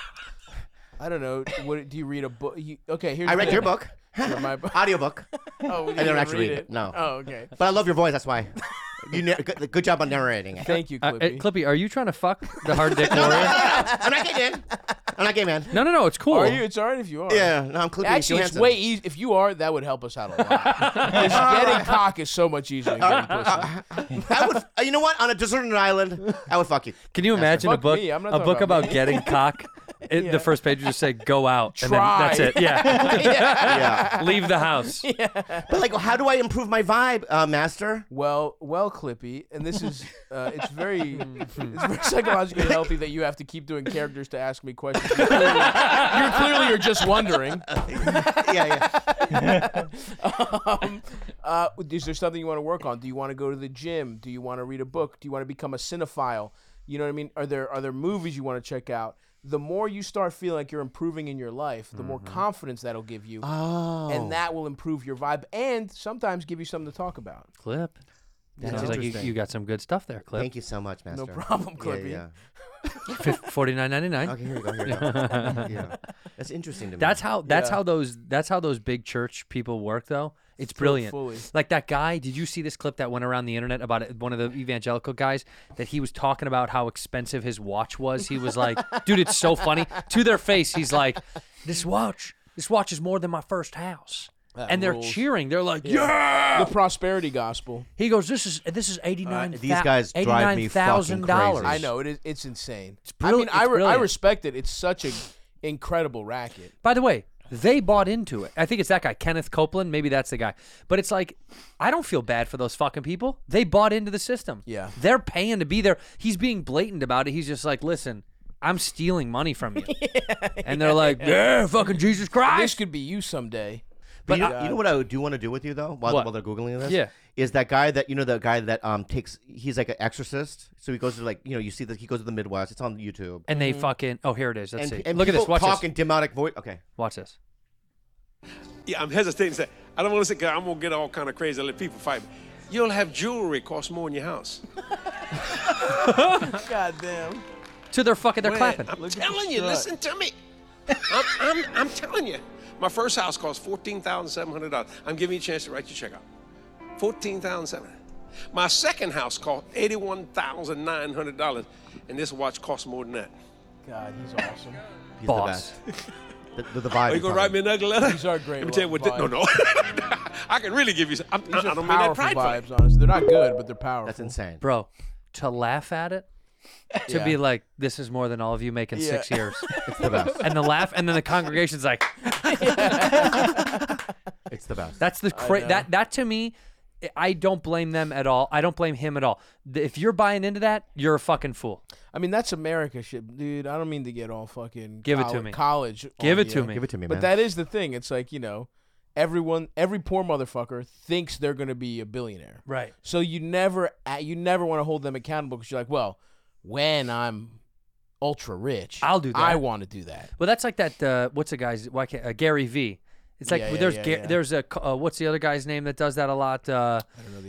G: I don't know. What do you read a book? You, okay, here's
F: I
G: the
F: read
G: thing.
F: your book.
G: You're my
F: audiobook.
G: Oh, you
F: I don't
G: didn't
F: actually
G: read
F: read it.
G: it.
F: No.
G: Oh, okay.
F: But I love your voice. That's why. You na- good, good job on narrating it.
G: Thank you,
A: Uh, uh, Clippy, are you trying to fuck the hard dick
F: No, no,
A: warrior?
F: no, no, no. I'm not gay, man. I'm not gay, man.
A: No, no, no. It's cool.
G: Are you? It's alright if you are.
F: Yeah, no, I'm Clippy
G: Actually, it's
F: Johansson.
G: way easy. If you are, that would help us out a lot. 'Cause getting cock is so much easier than getting pussy.
F: I would. uh, You know what? On a deserted island, I would fuck you.
A: Can you imagine a
G: Fuck
A: book
G: me, I'm not
A: a
G: talking
A: book
G: about
A: about,
G: me.
A: getting cock? It, The first page would just say "Go out"
G: Try.
A: and then that's it. Yeah.
G: Yeah.
A: Leave the house.
F: But like, how do I improve my vibe, uh, Master?
G: Well, well, Clippy, and this is uh, it's very it's very psychologically healthy that you have to keep doing characters to ask me questions. You're clearly, you're, clearly you're just wondering.
F: yeah, yeah.
G: um, uh, is there something you want to work on? Do you want to go to the gym? Do you want to read a book? Do you want to become a cinephile? You know what I mean? Are there are there movies you want to check out? the more you start feeling like you're improving in your life, the more confidence that'll give you.
F: Mm-hmm. Oh.
G: And that will improve your vibe and sometimes give you something to talk about.
A: Clip.
G: That's
A: Sounds like you,
G: interesting.
A: you got some good stuff there, Clip.
F: Thank you so much, Master.
G: No problem,
F: Yeah,
G: Clippy.
F: yeah.
A: Forty nine ninety nine.
F: Okay, here we go, here we go. Yeah. That's interesting to me.
A: That's how that's
F: Yeah.
A: how those that's how those big church people work though. It's
F: Full-
A: brilliant.
F: fully.
A: Like that guy, did you see this clip that went around the internet about it, one of the evangelical guys that he was talking about how expensive his watch was? He was like, dude, it's so funny. To their face, he's like, this watch, this watch is more than my first house.
G: That
A: and they're
G: rules.
A: cheering. They're like, yeah.
G: The prosperity gospel.
A: He goes, this is this is eighty nine.
F: Uh, these guys drive me fucking
A: dollars.
G: I know it is. It's insane. It's
A: brilliant-
G: I mean,
A: it's
G: I, re- I
A: brilliant.
G: respect it. It's such an incredible racket.
A: By the way, they bought into it. I think it's that guy, Kenneth Copeland. Maybe that's the guy. But it's like, I don't feel bad for those fucking people. They bought into the system.
G: Yeah.
A: They're paying to be there. He's being blatant about it. He's just like, listen, I'm stealing money from you. and they're like, yeah, fucking Jesus Christ.
G: This could be you someday.
F: But you,
G: But
F: know,
A: uh,
G: I-
F: you know what I do want to do with you though, while,
G: What?
F: while they're googling this,
G: Yeah.
F: is that guy that you know the guy that um takes he's like an exorcist, so he goes to like you know you see that he goes to the Midwest. It's on YouTube.
A: And they fucking, oh, here it is. Let's
F: and,
A: see.
F: and
A: Look at this.
F: people
A: Watch
F: talk
A: this.
F: in demonic voice. Okay,
A: Watch this.
D: Yeah, I'm hesitating to say. I don't want to say, 'cause I'm going to get all kind of crazy. I let people fight me. You'll have jewelry cost more in your house.
G: God damn.
A: To their fucking, they're
D: Wait,
A: clapping.
D: I'm telling you, listen to me. I'm, I'm, I'm telling you. My first house cost $14,700. I'm giving you a chance to write your check out. $14,700. My second house cost $81,900, and this watch costs more than that.
G: God, he's awesome.
F: he's
A: Boss.
F: the best. the, the, the vibe.
D: Are you
F: is
D: gonna
F: on
D: write me an ugly letter?
G: These are great
D: Let me tell you what.
G: vibes.
D: no, no. I can really give you. Some, I'm, I,
G: These
D: I
G: are
D: don't mean that
G: powerful
D: pridefully.
G: vibes, honestly. They're not good, but they're powerful.
F: That's insane.
A: Bro, to laugh at it, to
G: Yeah.
A: be like, this is more than all of you make in six
G: Yeah.
A: years.
F: It's the best.
A: and the laugh, and then the congregation's like,
F: It's the best.
A: That's the cra- that that to me, I- I don't blame them at all. I don't blame him at all. Th- If you're buying into that, you're a fucking fool.
G: I mean, that's America shit, dude. I don't mean to get all fucking
A: Give it to
G: colle-
A: me.
G: college.
A: Give
G: on
A: it to
G: you.
A: me. Give
F: it to me,
G: But
F: man.
G: that is the thing. It's like you know, everyone, every poor motherfucker thinks they're gonna be a billionaire.
A: Right.
G: So you never, uh, you never want to hold them accountable because you're like, well, when I'm ultra rich,
A: I'll do that.
G: I want to do that.
A: Well, that's like that. Uh, what's the guy's? Why can't uh, Gary V? It's like
G: Yeah, yeah,
A: there's
G: yeah,
A: Ga-
G: yeah.
A: there's a c- uh, what's the other guy's name that does that a lot? Uh,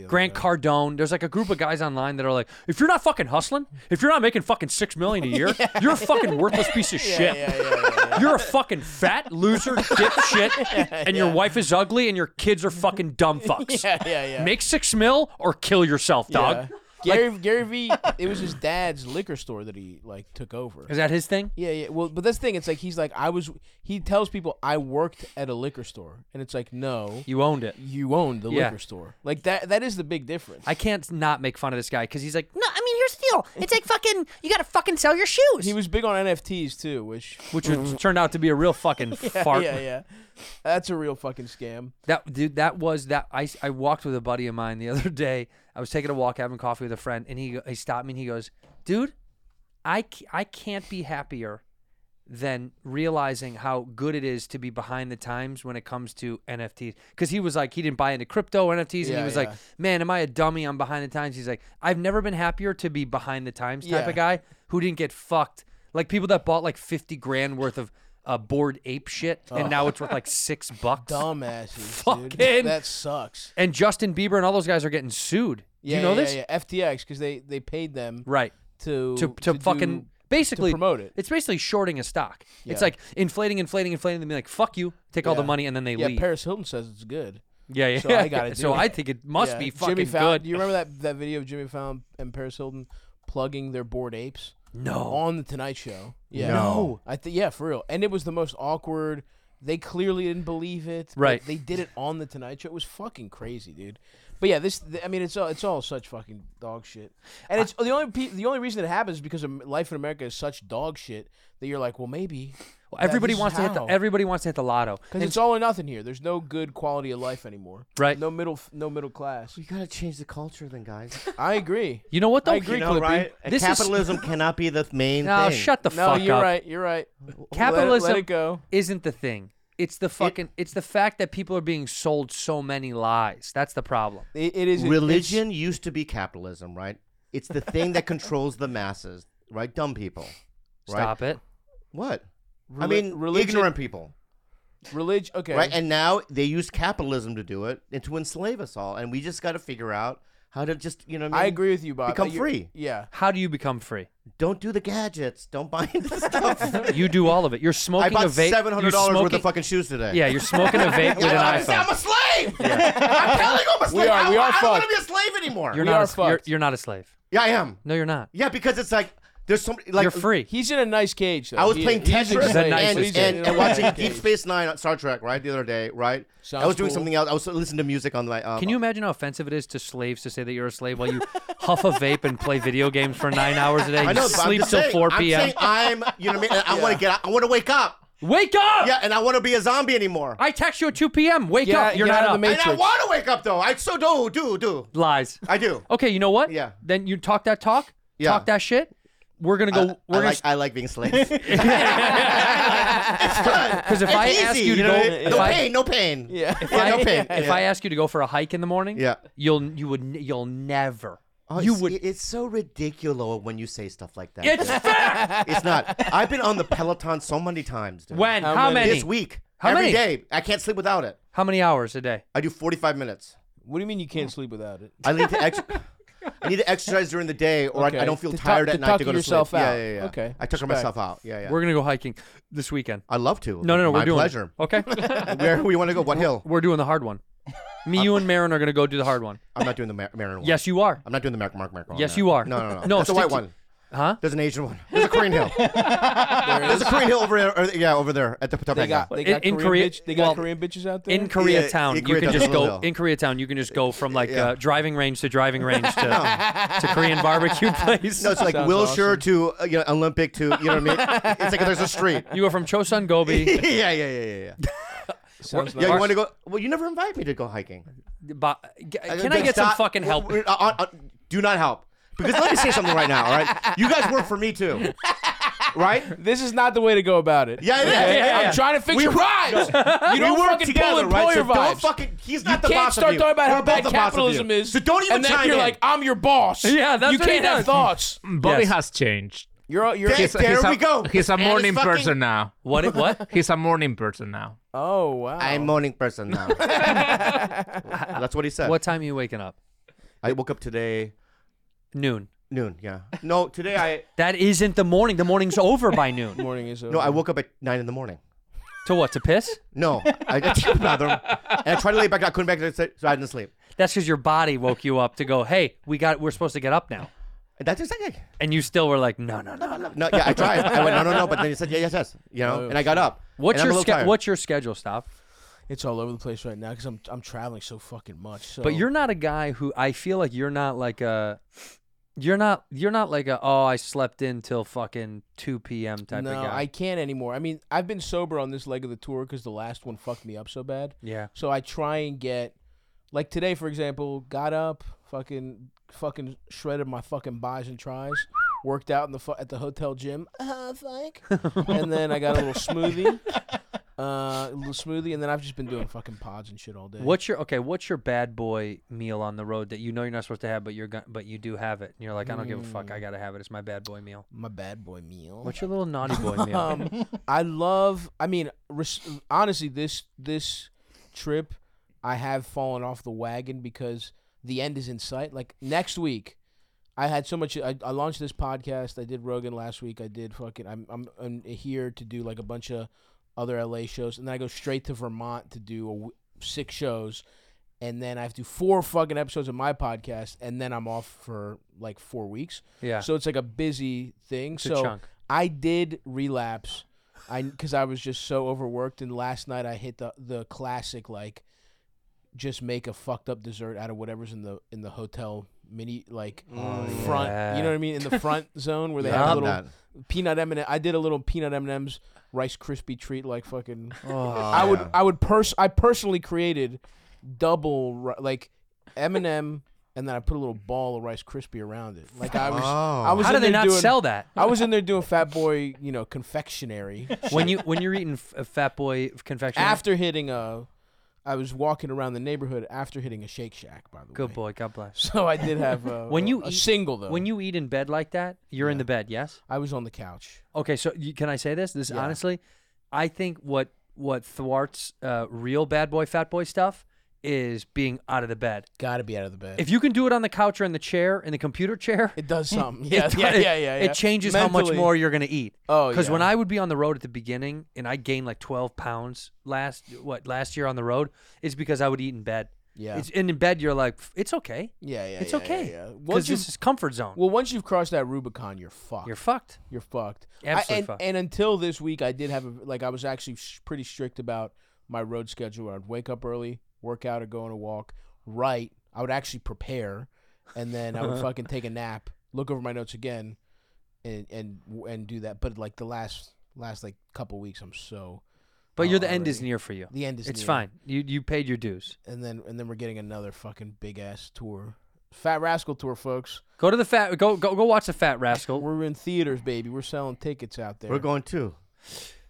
A: Grant Cardone. There's like a group of guys online that are like, if you're not fucking hustling, if you're not making fucking six million a year, you're a fucking worthless piece of shit. You're a fucking fat loser, dipshit, and your wife is ugly, and your kids are fucking dumb fucks.
G: Yeah, yeah, yeah.
A: Make six mil or kill yourself, dog.
G: Yeah. Gary Gary V. It was his dad's liquor store that he like took over.
A: Is that his thing?
G: Yeah, yeah. Well, but that's the thing. It's like he's like I was. He tells people I worked at a liquor store, and it's like no,
A: You owned it.
G: you owned the
A: Yeah.
G: liquor store. Like that. That is the big difference.
A: I can't not make fun of this guy because he's like,
M: No, I mean, here's the deal. It's like fucking, you gotta fucking sell your shoes.
G: he was big on NFTs too, which
A: which was- turned out to be a real fucking
G: yeah,
A: fart.
G: yeah, yeah. That's a real fucking scam.
A: That dude, that was that. I I walked with a buddy of mine the other day. I was taking a walk, having coffee with a friend, and he he stopped me and he goes, "Dude, I c- I can't be happier than realizing how good it is to be behind the times when it comes to NFTs." Because he was like, he didn't buy into crypto NFTs, and he
G: Yeah,
A: was like,
G: yeah.
A: "Man, am I a dummy? I'm behind the times." He's like, "I've never been happier to be behind the times type
G: Yeah.
A: of guy who didn't get fucked." Like people that bought like fifty grand worth of uh, board ape shit,
G: Oh.
A: and now it's worth like six bucks.
G: Dumbasses,
A: Fucking-
G: dude. That sucks.
A: And Justin Bieber and all those guys are getting sued. Do
G: Yeah,
A: you know
G: yeah,
A: this?
G: Yeah, FTX because they they paid them
A: Right.
G: to
A: To, to,
G: do-
A: fucking basically
G: promote it.
A: It's basically shorting a stock. It's
G: Yeah.
A: like inflating, inflating, inflating, and be like, fuck you, take all the
G: Yeah.
A: money, and then they
G: yeah,
A: leave.
G: Paris Hilton says it's good.
A: Yeah, yeah,
G: So I got
A: yeah.
G: it.
A: So I think it must be fucking
G: Jimmy Fallon,
A: good.
G: Do you remember that that video of Jimmy Fallon and Paris Hilton plugging their bored apes?
A: No.
G: On the Tonight Show. Yeah.
A: No.
G: I think yeah, for real. And it was the most awkward. They clearly didn't believe it. but
A: Right.
G: They did it on the Tonight Show. It was fucking crazy, dude. But yeah, this. th- I mean, it's all it's all such fucking dog shit. And it's the only pe- the only reason it happens is because Am- life in America is such dog shit that you're like, well, maybe.
A: Well,
G: that
A: everybody
G: this is
A: wants to hit the
G: how.
A: everybody wants to hit the lotto.
G: Because it's all or nothing here. There's no good quality of life anymore.
A: Right.
G: No middle. No middle class.
F: We gotta change the culture then, guys.
G: I agree.
A: You know what though?
G: I agree,
F: You know,
G: Clippy.
F: right?
A: This is-
F: Capitalism cannot be the main
A: No,
F: thing.
A: shut the
G: No,
A: fuck
G: you're
A: up.
G: right. You're right. Let it-
A: Capitalism
G: Let, it go.
A: isn't the thing. It's the fucking it's the fact that people are being sold so many lies. That's the problem.
G: It, it is
F: Religion used to be capitalism, right? It's the thing that controls the masses, right? Dumb people. Right?
A: Stop it.
F: What? I
G: Reli-
F: mean,
G: religion-
F: ignorant people.
G: Religion. Okay.
F: Right? And now they use capitalism to do it and to enslave us all. And we just got to figure out how to just, you know, what I, mean?
G: I agree with you, Bob.
F: Become
G: You're-
F: free.
G: Yeah.
A: How do you become free?
F: Don't do the gadgets. Don't buy into
A: you do all of it. You're smoking
F: I bought
A: a vape. you're
F: $700 worth
A: smoking-
F: of fucking shoes today.
A: Yeah, you're smoking a vape with an
F: I don't
A: iPhone.
F: understand, I'm a slave. I'm telling you, I'm a
A: We
F: slave.
A: are-
F: I-
A: we are
F: I, don't want to
A: fucked.
F: be a slave anymore.
A: You're not. A, you're, you're not a slave.
F: Yeah, I am.
A: No, you're not.
F: Yeah, because it's like there's so many. Like,
A: You're free.
G: He's in a nice cage. Though.
F: I was
G: He-
F: playing
G: he's in a
F: Tetris
G: nice-
F: and,
G: he's
F: and,
G: in
F: and,
G: a nice
F: watching Deep
G: cage.
F: Space Nine on Star Trek, right? The other day, right? I was doing
A: cool.
F: something else. I was listening to music on my. Um,
A: Can you imagine how offensive it is to slaves to say that you're a slave while you huff a vape and play video games for nine hours a day?
F: I
A: You
F: know, but I'm
A: sleep
F: just
A: till
F: saying,
A: 4
F: I'm
A: p.m.
F: saying uh, I'm, you know what I mean? I want to get out. I want to wake up.
A: Wake up!
F: Yeah, and I want to be a zombie anymore.
A: I text you at 2 p.m. Wake
F: Yeah,
A: up. You're
F: get
A: not
F: out of
A: up.
F: the And I Matrix. wanna wake up though. I so do do do.
A: Lies.
F: I do.
A: Okay, you know what? Yeah. Then you talk that talk.
F: Yeah.
A: Talk that shit. We're gonna go.
F: I- I
A: we're gonna
F: like- I like being slaves.
A: Because if
F: It's
A: I ask
F: easy,
A: you to
F: you
A: go,
F: know what I mean?
A: if
F: No
A: I-
F: pain, no pain. Yeah.
A: If
F: Yeah,
A: I,
F: no pain.
A: If
F: Yeah.
A: I ask you to go for a hike in the morning,
F: Yeah.
A: you'll you would n- you'll never.
F: Oh,
A: you
F: it's,
A: would.
F: it- It's so ridiculous when you say stuff like that.
A: It's
F: dude.
A: fact!
F: It's not. I've been on the Peloton so many times. Dude.
A: When? How How many? many?
F: This week.
A: How many?
F: Every day. I can't sleep without it.
A: How many hours a day?
F: I do 45 minutes.
G: What do you mean you can't sleep without it?
F: I need to ex- I need to exercise during the day, or I- I,
G: Okay.
F: don't feel
G: To tuck-
F: tired
G: to
F: at night
G: tuck
F: to go to
G: yourself
F: sleep.
G: out.
F: Yeah, yeah, yeah.
G: Okay.
F: I tucker
G: Respect.
F: myself out. Yeah, yeah.
A: We're gonna go hiking this weekend.
F: I'd love to.
A: No, no, no.
F: My
A: we're doing.
F: pleasure.
A: Okay.
F: Where we want to go? What hill?
A: We're doing the hard one. Me, you, and Marin are gonna go do the hard one.
F: I'm not doing the Mar- Marin one.
A: Yes, you are.
F: I'm not doing the Mark Mark Mark one.
A: Yes,
F: no.
A: you are.
F: No, no, no.
A: No,
F: That's a
A: stick
F: white
A: to-
F: one.
A: Huh?
F: There's an Asian one. There's a Korean hill. There's a Korean hill over there. or- yeah, over there at the Pawtucket.
G: They got, they got
A: in
G: Korean
A: Korea-
G: bitch- they got
A: well,
G: Korean bitches out there.
A: In Koreatown,
F: in
A: you can
F: Koreatown,
A: just
F: Little
A: go.
F: Hill.
A: In Koreatown, you can just go from like uh, driving range to driving range to, to Korean barbecue place.
F: No, it's like Wilshire to uh, you know, Olympic to you know what I mean. It's like there's a street.
A: You go from Chosun Gobi.
F: yeah, yeah, yeah, yeah, yeah.
G: Sounds
F: Yeah, you
A: nice.
F: want to go? Well, you never invite me to go hiking.
A: Bo- g- can I get some
F: Stop.
A: fucking help?
F: We're- uh, uh, uh, do not help. Because let me say something right now. All right, you guys work for me too, right?
G: This is not the way to go about it.
F: Yeah, it is.
G: Okay?
F: Yeah, yeah, yeah.
G: I'm trying to fix
F: We
G: your
F: work-
G: vibes.
F: No.
G: You don't
F: We work
G: fucking
F: together,
G: pull
F: right? So
G: employer
F: don't
G: vibes.
F: fucking- he's not
G: you
F: the
G: can't
F: boss of
G: start
F: you.
G: talking about
F: We're
G: how
F: both
G: bad
F: the boss of
G: capitalism
F: you.
G: is.
F: So don't even
G: And then
F: chime
G: you're
F: in.
G: like, I'm your boss.
F: Yeah, that's
G: you
F: what he
G: can't have
F: does.
G: thoughts.
N: Bobby has changed.
G: You're all- you're.
F: There-
N: He's,
F: there
N: he's
F: we
N: a,
F: go.
N: He's a
F: And it's
N: morning
F: fucking-
N: person now.
A: What? it- What?
N: He's a morning person now.
G: Oh wow.
F: I'm morning person now. That's what he said.
A: What time are you waking up?
F: I woke up today
A: Noon.
F: noon. Yeah. No, today I
A: That isn't the morning. The morning's over by noon.
G: Morning is over.
F: no, I woke up at nine in the morning.
A: To what? To piss?
F: No, I got to the bathroom and I tried to lay back. I couldn't back. So I didn't sleep.
A: That's because your body woke you up to go. Hey, we got. We're supposed to get up now.
F: That's exactly.
A: And you still were like, no, no, no,
F: no. Yeah, I tried. I went no, no, no. But then he said yeah, yes, yes. You know, and I got up.
A: What's
F: and I'm a
A: your
F: little
A: ske-
F: tired.
A: What's your schedule? Stop.
G: It's all over the place right now because I'm I'm traveling so fucking much. So.
A: But you're not a guy who I feel like you're not like a. You're not. You're not like a. Oh, I slept in till fucking two p.m. type
G: no,
A: of guy.
G: I can't anymore. I mean, I've been sober on this leg of the tour because the last one fucked me up so bad.
A: Yeah.
G: So I try and get, like today, for example, got up, fucking, fucking shredded my fucking buys and tries, worked out in the fu- at the hotel gym, uh, like, and then I got a little smoothie, uh, a little smoothie, and then I've just been doing fucking pods and shit all day.
A: What's your okay? What's your bad boy meal on the road that you know you're not supposed to have, but you're gon- but you do have it, and you're like, I don't give a
F: Hmm.
A: fuck, I gotta have it. It's my bad boy meal.
G: my bad boy
F: Oh
G: meal?
A: What's your little naughty boy meal?
G: Um, I love. I mean, res- honestly, this this trip, I have fallen off the wagon because the end is in sight. Like next week, I had so much. I, I launched this podcast. I did Rogan last week. I did fucking. I'm I'm, I'm here to do like a bunch of other LA shows, and then I go straight to Vermont to do a w- six shows. And then I have to do four fucking episodes of my podcast, and then I'm off for like four weeks.
A: Yeah.
G: So it's like a busy thing.
A: It's a
G: so
A: chunk.
G: I did relapse. I because I was just so overworked, and last night I hit the the classic like, just make a fucked up dessert out of whatever's in the in the hotel mini like
F: Oh,
G: front.
F: yeah.
G: You know what I mean? In the front zone where they
F: Yeah, I
G: have a
F: love
G: little peanut M and I did a little peanut M and M's rice crispy treat like fucking.
F: Oh,
G: I would
F: yeah.
G: I would pers I personally created double ri- like M and M. And then I put a little ball of Rice Krispie around it. Like I was,
A: Oh.
G: I was.
A: How
G: in
A: do they
G: there
A: not
G: doing-
A: sell that?
G: I was in there doing Fat Boy, you know, confectionery
A: when you when you're eating f- a fat boy confection
G: after hitting a I was walking around the neighborhood after hitting a Shake Shack. By the way,
A: Good boy. God bless.
G: So I did have a,
A: when you
G: a
A: eat,
G: single though.
A: When you eat in bed like that, you're in the bed. Yes.
G: I was on the couch.
A: Okay. So you, can I say this? This
G: Yeah.
A: honestly, I think what what thwarts uh, real bad boy fat boy stuff is being out of the bed.
G: Got to be out of the bed.
A: If you can do it on the couch or in the chair, in the computer chair,
G: it does something.
A: it
G: Yeah,
A: do-
G: yeah,
A: it-
G: yeah, yeah, yeah.
A: It changes how much
G: Mentally.
A: more you're gonna eat.
G: Oh,
A: Because
G: yeah.
A: when I would be on the road at the beginning and I gained like 12 pounds last what last year on the road, it's because I would eat in bed.
G: Yeah.
A: It's, and in bed you're like, it's okay.
G: Yeah, yeah,
A: It's
G: yeah, yeah,
A: okay.
G: yeah. Once
A: Because
G: you-
A: this is comfort zone.
G: Well, once you've crossed that Rubicon, you're fucked.
A: You're fucked.
G: You're fucked.
A: Absolutely
G: I, and,
A: fucked.
G: and until this week, I did have a, like I was actually sh- pretty strict about my road schedule. I'd wake up early, work out, or go on a walk. Right, I would actually prepare, and then I would fucking take a nap, look over my notes again, and and and do that. But like the last last like couple weeks, I'm so.
A: But
G: uh,
A: you're the end is
G: already-
A: near for you.
G: The end is.
A: It's
G: near.
A: fine. You you paid your dues.
G: And then and then we're getting another fucking big ass tour, Fat Rascal tour, folks.
A: Go to the fat. Go go go watch the Fat Rascal.
G: We're in theaters, baby. We're selling tickets out there.
A: We're
F: going too.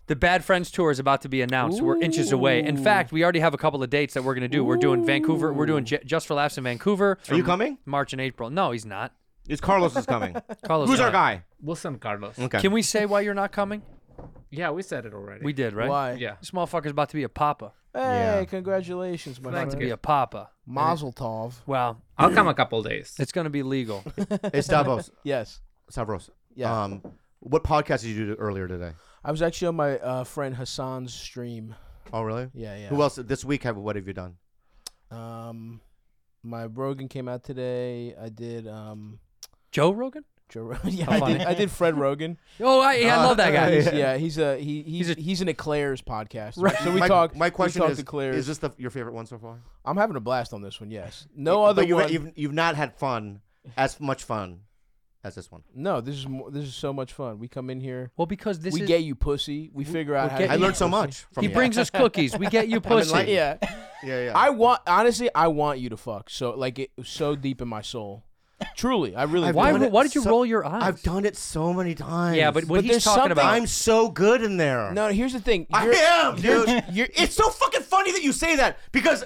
A: The Bad Friends tour is about to be announced. We're inches away. In
F: Ooh.
A: fact, we already have a couple of dates that we're going to do. We're doing Vancouver. We're doing J- Just for Laughs in Vancouver.
F: Are you
A: from
F: coming?
A: March and April. No, he's not.
F: It's Carlos is coming.
A: Carlos,
F: Who's our
A: not.
F: guy?
N: We'll send Carlos.
F: Okay.
A: Can we say why you're not coming?
N: Yeah, we said it already.
A: We did, right?
G: Why?
N: Yeah.
A: This motherfucker's about to be a papa.
G: Hey, congratulations, my
A: About to be
G: friend.
A: a papa.
G: Mazel tov.
A: Wow.
N: I'll come a couple days.
A: It's going to be legal.
F: Hey, Stavros.
G: yes.
F: Stavros.
G: Yeah.
F: Um, what podcast did you do earlier today?
G: I was actually on my uh, friend Hassan's stream.
F: Oh, really?
G: Yeah, yeah.
F: Who else this week? Have what have you done?
G: Um, my Rogan came out today. I did um,
A: Joe Rogan?
G: Joe Rogan. yeah,
A: How
G: I
A: funny.
G: did, I did Fred Rogan.
A: Oh, I- yeah, I love that guy.
G: he's-
A: Yeah.
G: yeah, he's a he, he's he's, an Eclairs podcast. Right. So we
F: my,
G: talk.
F: My
G: we
F: question
G: talked
F: is:
G: Eclairs.
F: Is this the, your favorite one so far?
G: I'm having a blast on this one. Yes. No other
F: But you,
G: one.
F: You've, you've not had fun as much fun as this one.
G: No, this is mo- this is so much fun. We come in here.
A: Well, because this
G: we
A: is-
G: get you pussy. We figure out
F: we're
G: how.
F: get-
G: to
F: I
G: get
F: learned
G: you
F: so
G: pussy.
F: much from
A: He you. brings us cookies. We get you
G: I'm enlightened.
A: pussy.
G: yeah.
F: Yeah, yeah.
G: I want honestly, I want you to fuck. So like it was so deep in my soul. Truly, I really.
F: I've
G: do.
F: done it so-
A: eyes?
F: I've done it so many times.
A: Yeah, but what But he's there's talking about- something-
F: I'm so good in there.
G: No, here's the thing.
F: I
G: You're-
F: am,
G: you're-
F: dude. it's so fucking funny that you say that because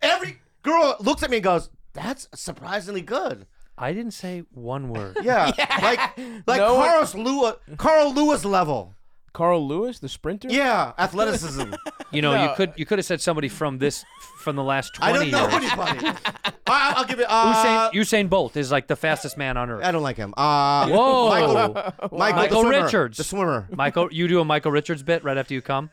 F: every girl looks at me and goes, "That's surprisingly good."
A: I didn't say one word.
F: Yeah, like like
G: No one-
F: Carlos Lewis, Carl Lewis level.
G: Carl Lewis, the sprinter.
F: Yeah, athleticism.
A: You know, you
F: No.
A: could you could have said somebody from this from the last
F: I
A: twenty
F: don't know
A: years.
F: anybody. I, I'll give it. Uh,
A: Usain, Usain Bolt is like the fastest man on earth.
F: I don't like him. Uh,
A: Whoa,
F: Michael, Michael, the
A: Michael
F: swimmer,
A: Richards,
F: the swimmer.
A: Michael, you do a Michael Richards bit right after you come.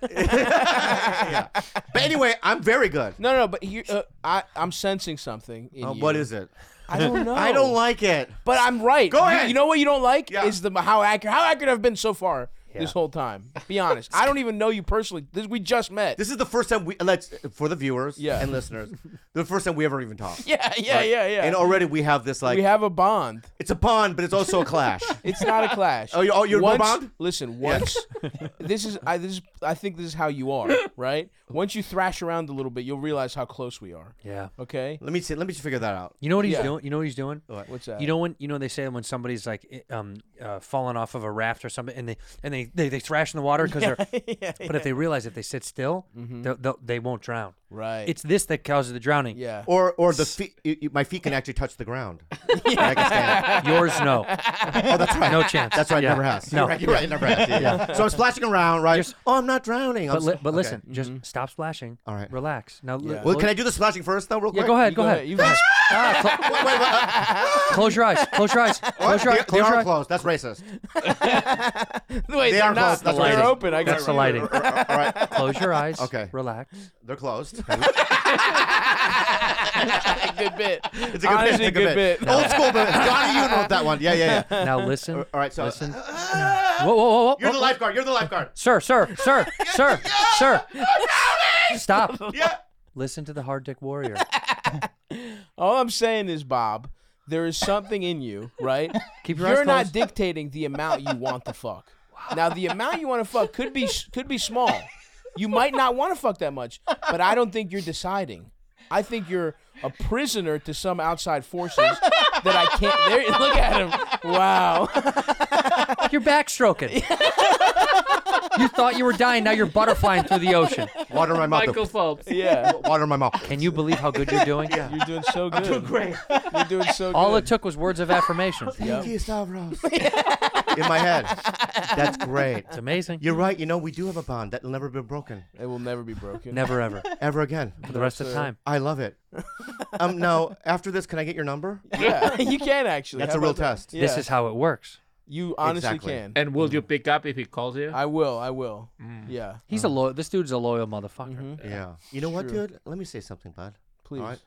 F: But anyway, I'm very good.
G: No, no, but here, uh, I I'm sensing something. In
F: Uh,
G: you.
F: what is it?
G: I don't know.
F: I don't like it.
G: But I'm right.
F: Go
G: You-
F: ahead.
G: You, know what you don't like is the how accurate how accurate I've been so far this whole time. Be honest. I don't even know you personally. This, we just met.
F: This is the first time we let's for the viewers
G: Yeah.
F: and listeners, the first time we ever even talked.
G: Yeah, yeah, yeah, yeah.
F: And already we have this like
G: we have a bond.
F: it's a bond, but it's also a clash.
G: It's not a clash.
F: Oh, you- oh, you're no
G: once,
F: bond?
G: Listen, once this is I this is I think this is how you are, right? Once you thrash around a little bit, you'll realize how close we are.
A: Yeah.
G: Okay.
F: Let me see. Let me just figure that out.
A: You know what he's
G: Yeah.
A: doing? You know what he's doing?
G: What's that?
A: You know when you know they say when somebody's like i- um uh, falling off of a raft or something, and they and they they, they thrash in the water because they're. but if they realize if they sit still,
F: Mm-hmm.
A: they'll, they'll, they won't drown.
G: Right.
A: It's this that causes the drowning.
G: Yeah.
F: Or or the feet, you- you- my feet can actually touch the ground. And I can stand.
A: Yours, no.
F: Oh, that's right.
A: No chance.
F: That's right.
A: Yeah.
F: Never has.
A: No.
F: You're right. You're right. Never has. Yeah, yeah.
A: Yeah.
F: So I'm splashing around, right? oh, I'm not drowning. I'm
A: But, li-
F: s-
A: but
F: okay. mm-hmm.
A: listen, just stop splashing. All right. Relax. Now, li-
F: Well,
A: lo-
F: can I do the splashing first though, real
A: Yeah,
F: quick?
A: go ahead. Go, ahead.
G: You
A: Ah, cl- close your eyes. Close your eyes. Close your
F: They-
A: eyes.
F: they
A: Close your
F: are
A: eyes.
F: closed. That's racist.
G: Wait,
F: they
G: they're
F: are
G: not.
F: closed. That's
G: They're
F: racist.
G: open. I
A: That's
G: got
A: the
G: you.
A: lighting.
F: All right.
A: Close your eyes.
F: Okay.
A: Relax.
F: They're closed.
G: good bit.
F: It's a good
G: Honestly,
F: bit. It's a good bit. Old school, but Donnie, you know that one. Yeah, yeah, yeah.
A: Now listen.
F: All right, so
A: listen. Whoa, whoa, whoa, whoa.
F: you're the
A: whoa.
F: lifeguard. You're the lifeguard.
A: Sir, sir, sir, sir, sir. Stop.
F: Yeah.
A: Listen to the hard dick warrior.
G: All I'm saying is, Bob, there is something in you, right?
A: Keep your eyes
G: You're not
A: closed.
G: dictating the amount you want to fuck. Now, the amount you want to fuck could be could be small. You might not want to fuck that much, but I don't think you're deciding. I think you're a prisoner to some outside forces that I can't. There, look at him. Wow.
A: You're backstroking. You thought you were dying. Now you're butterflying through the ocean.
F: Water in my mouth.
N: Michael Phelps.
G: Yeah.
F: Water in my mouth.
A: Can you believe how good you're doing?
G: You're doing so good.
A: doing great.
G: You're doing so good.
A: All it took was words of affirmation.
F: Thank you, Stavros. in my head. That's great. It's
A: amazing.
F: You're right. You know, we do have a bond that'll never be broken.
G: It will never be broken.
A: Never ever.
F: Ever again.
A: For the rest of time.
F: I love it. Um, now, after this, can I get your number?
G: Yeah, you can actually.
F: That's
G: How
F: a real
G: about that?
F: test.
A: This
G: Yeah.
A: is how it works.
G: You honestly
F: Exactly.
G: can.
N: And will you pick up if he calls you?
G: I will. I will. Yeah.
A: He's a loyal. This dude's a loyal motherfucker.
F: Yeah. You know what,
G: True.
F: dude? Let me say something, bud.
G: Please.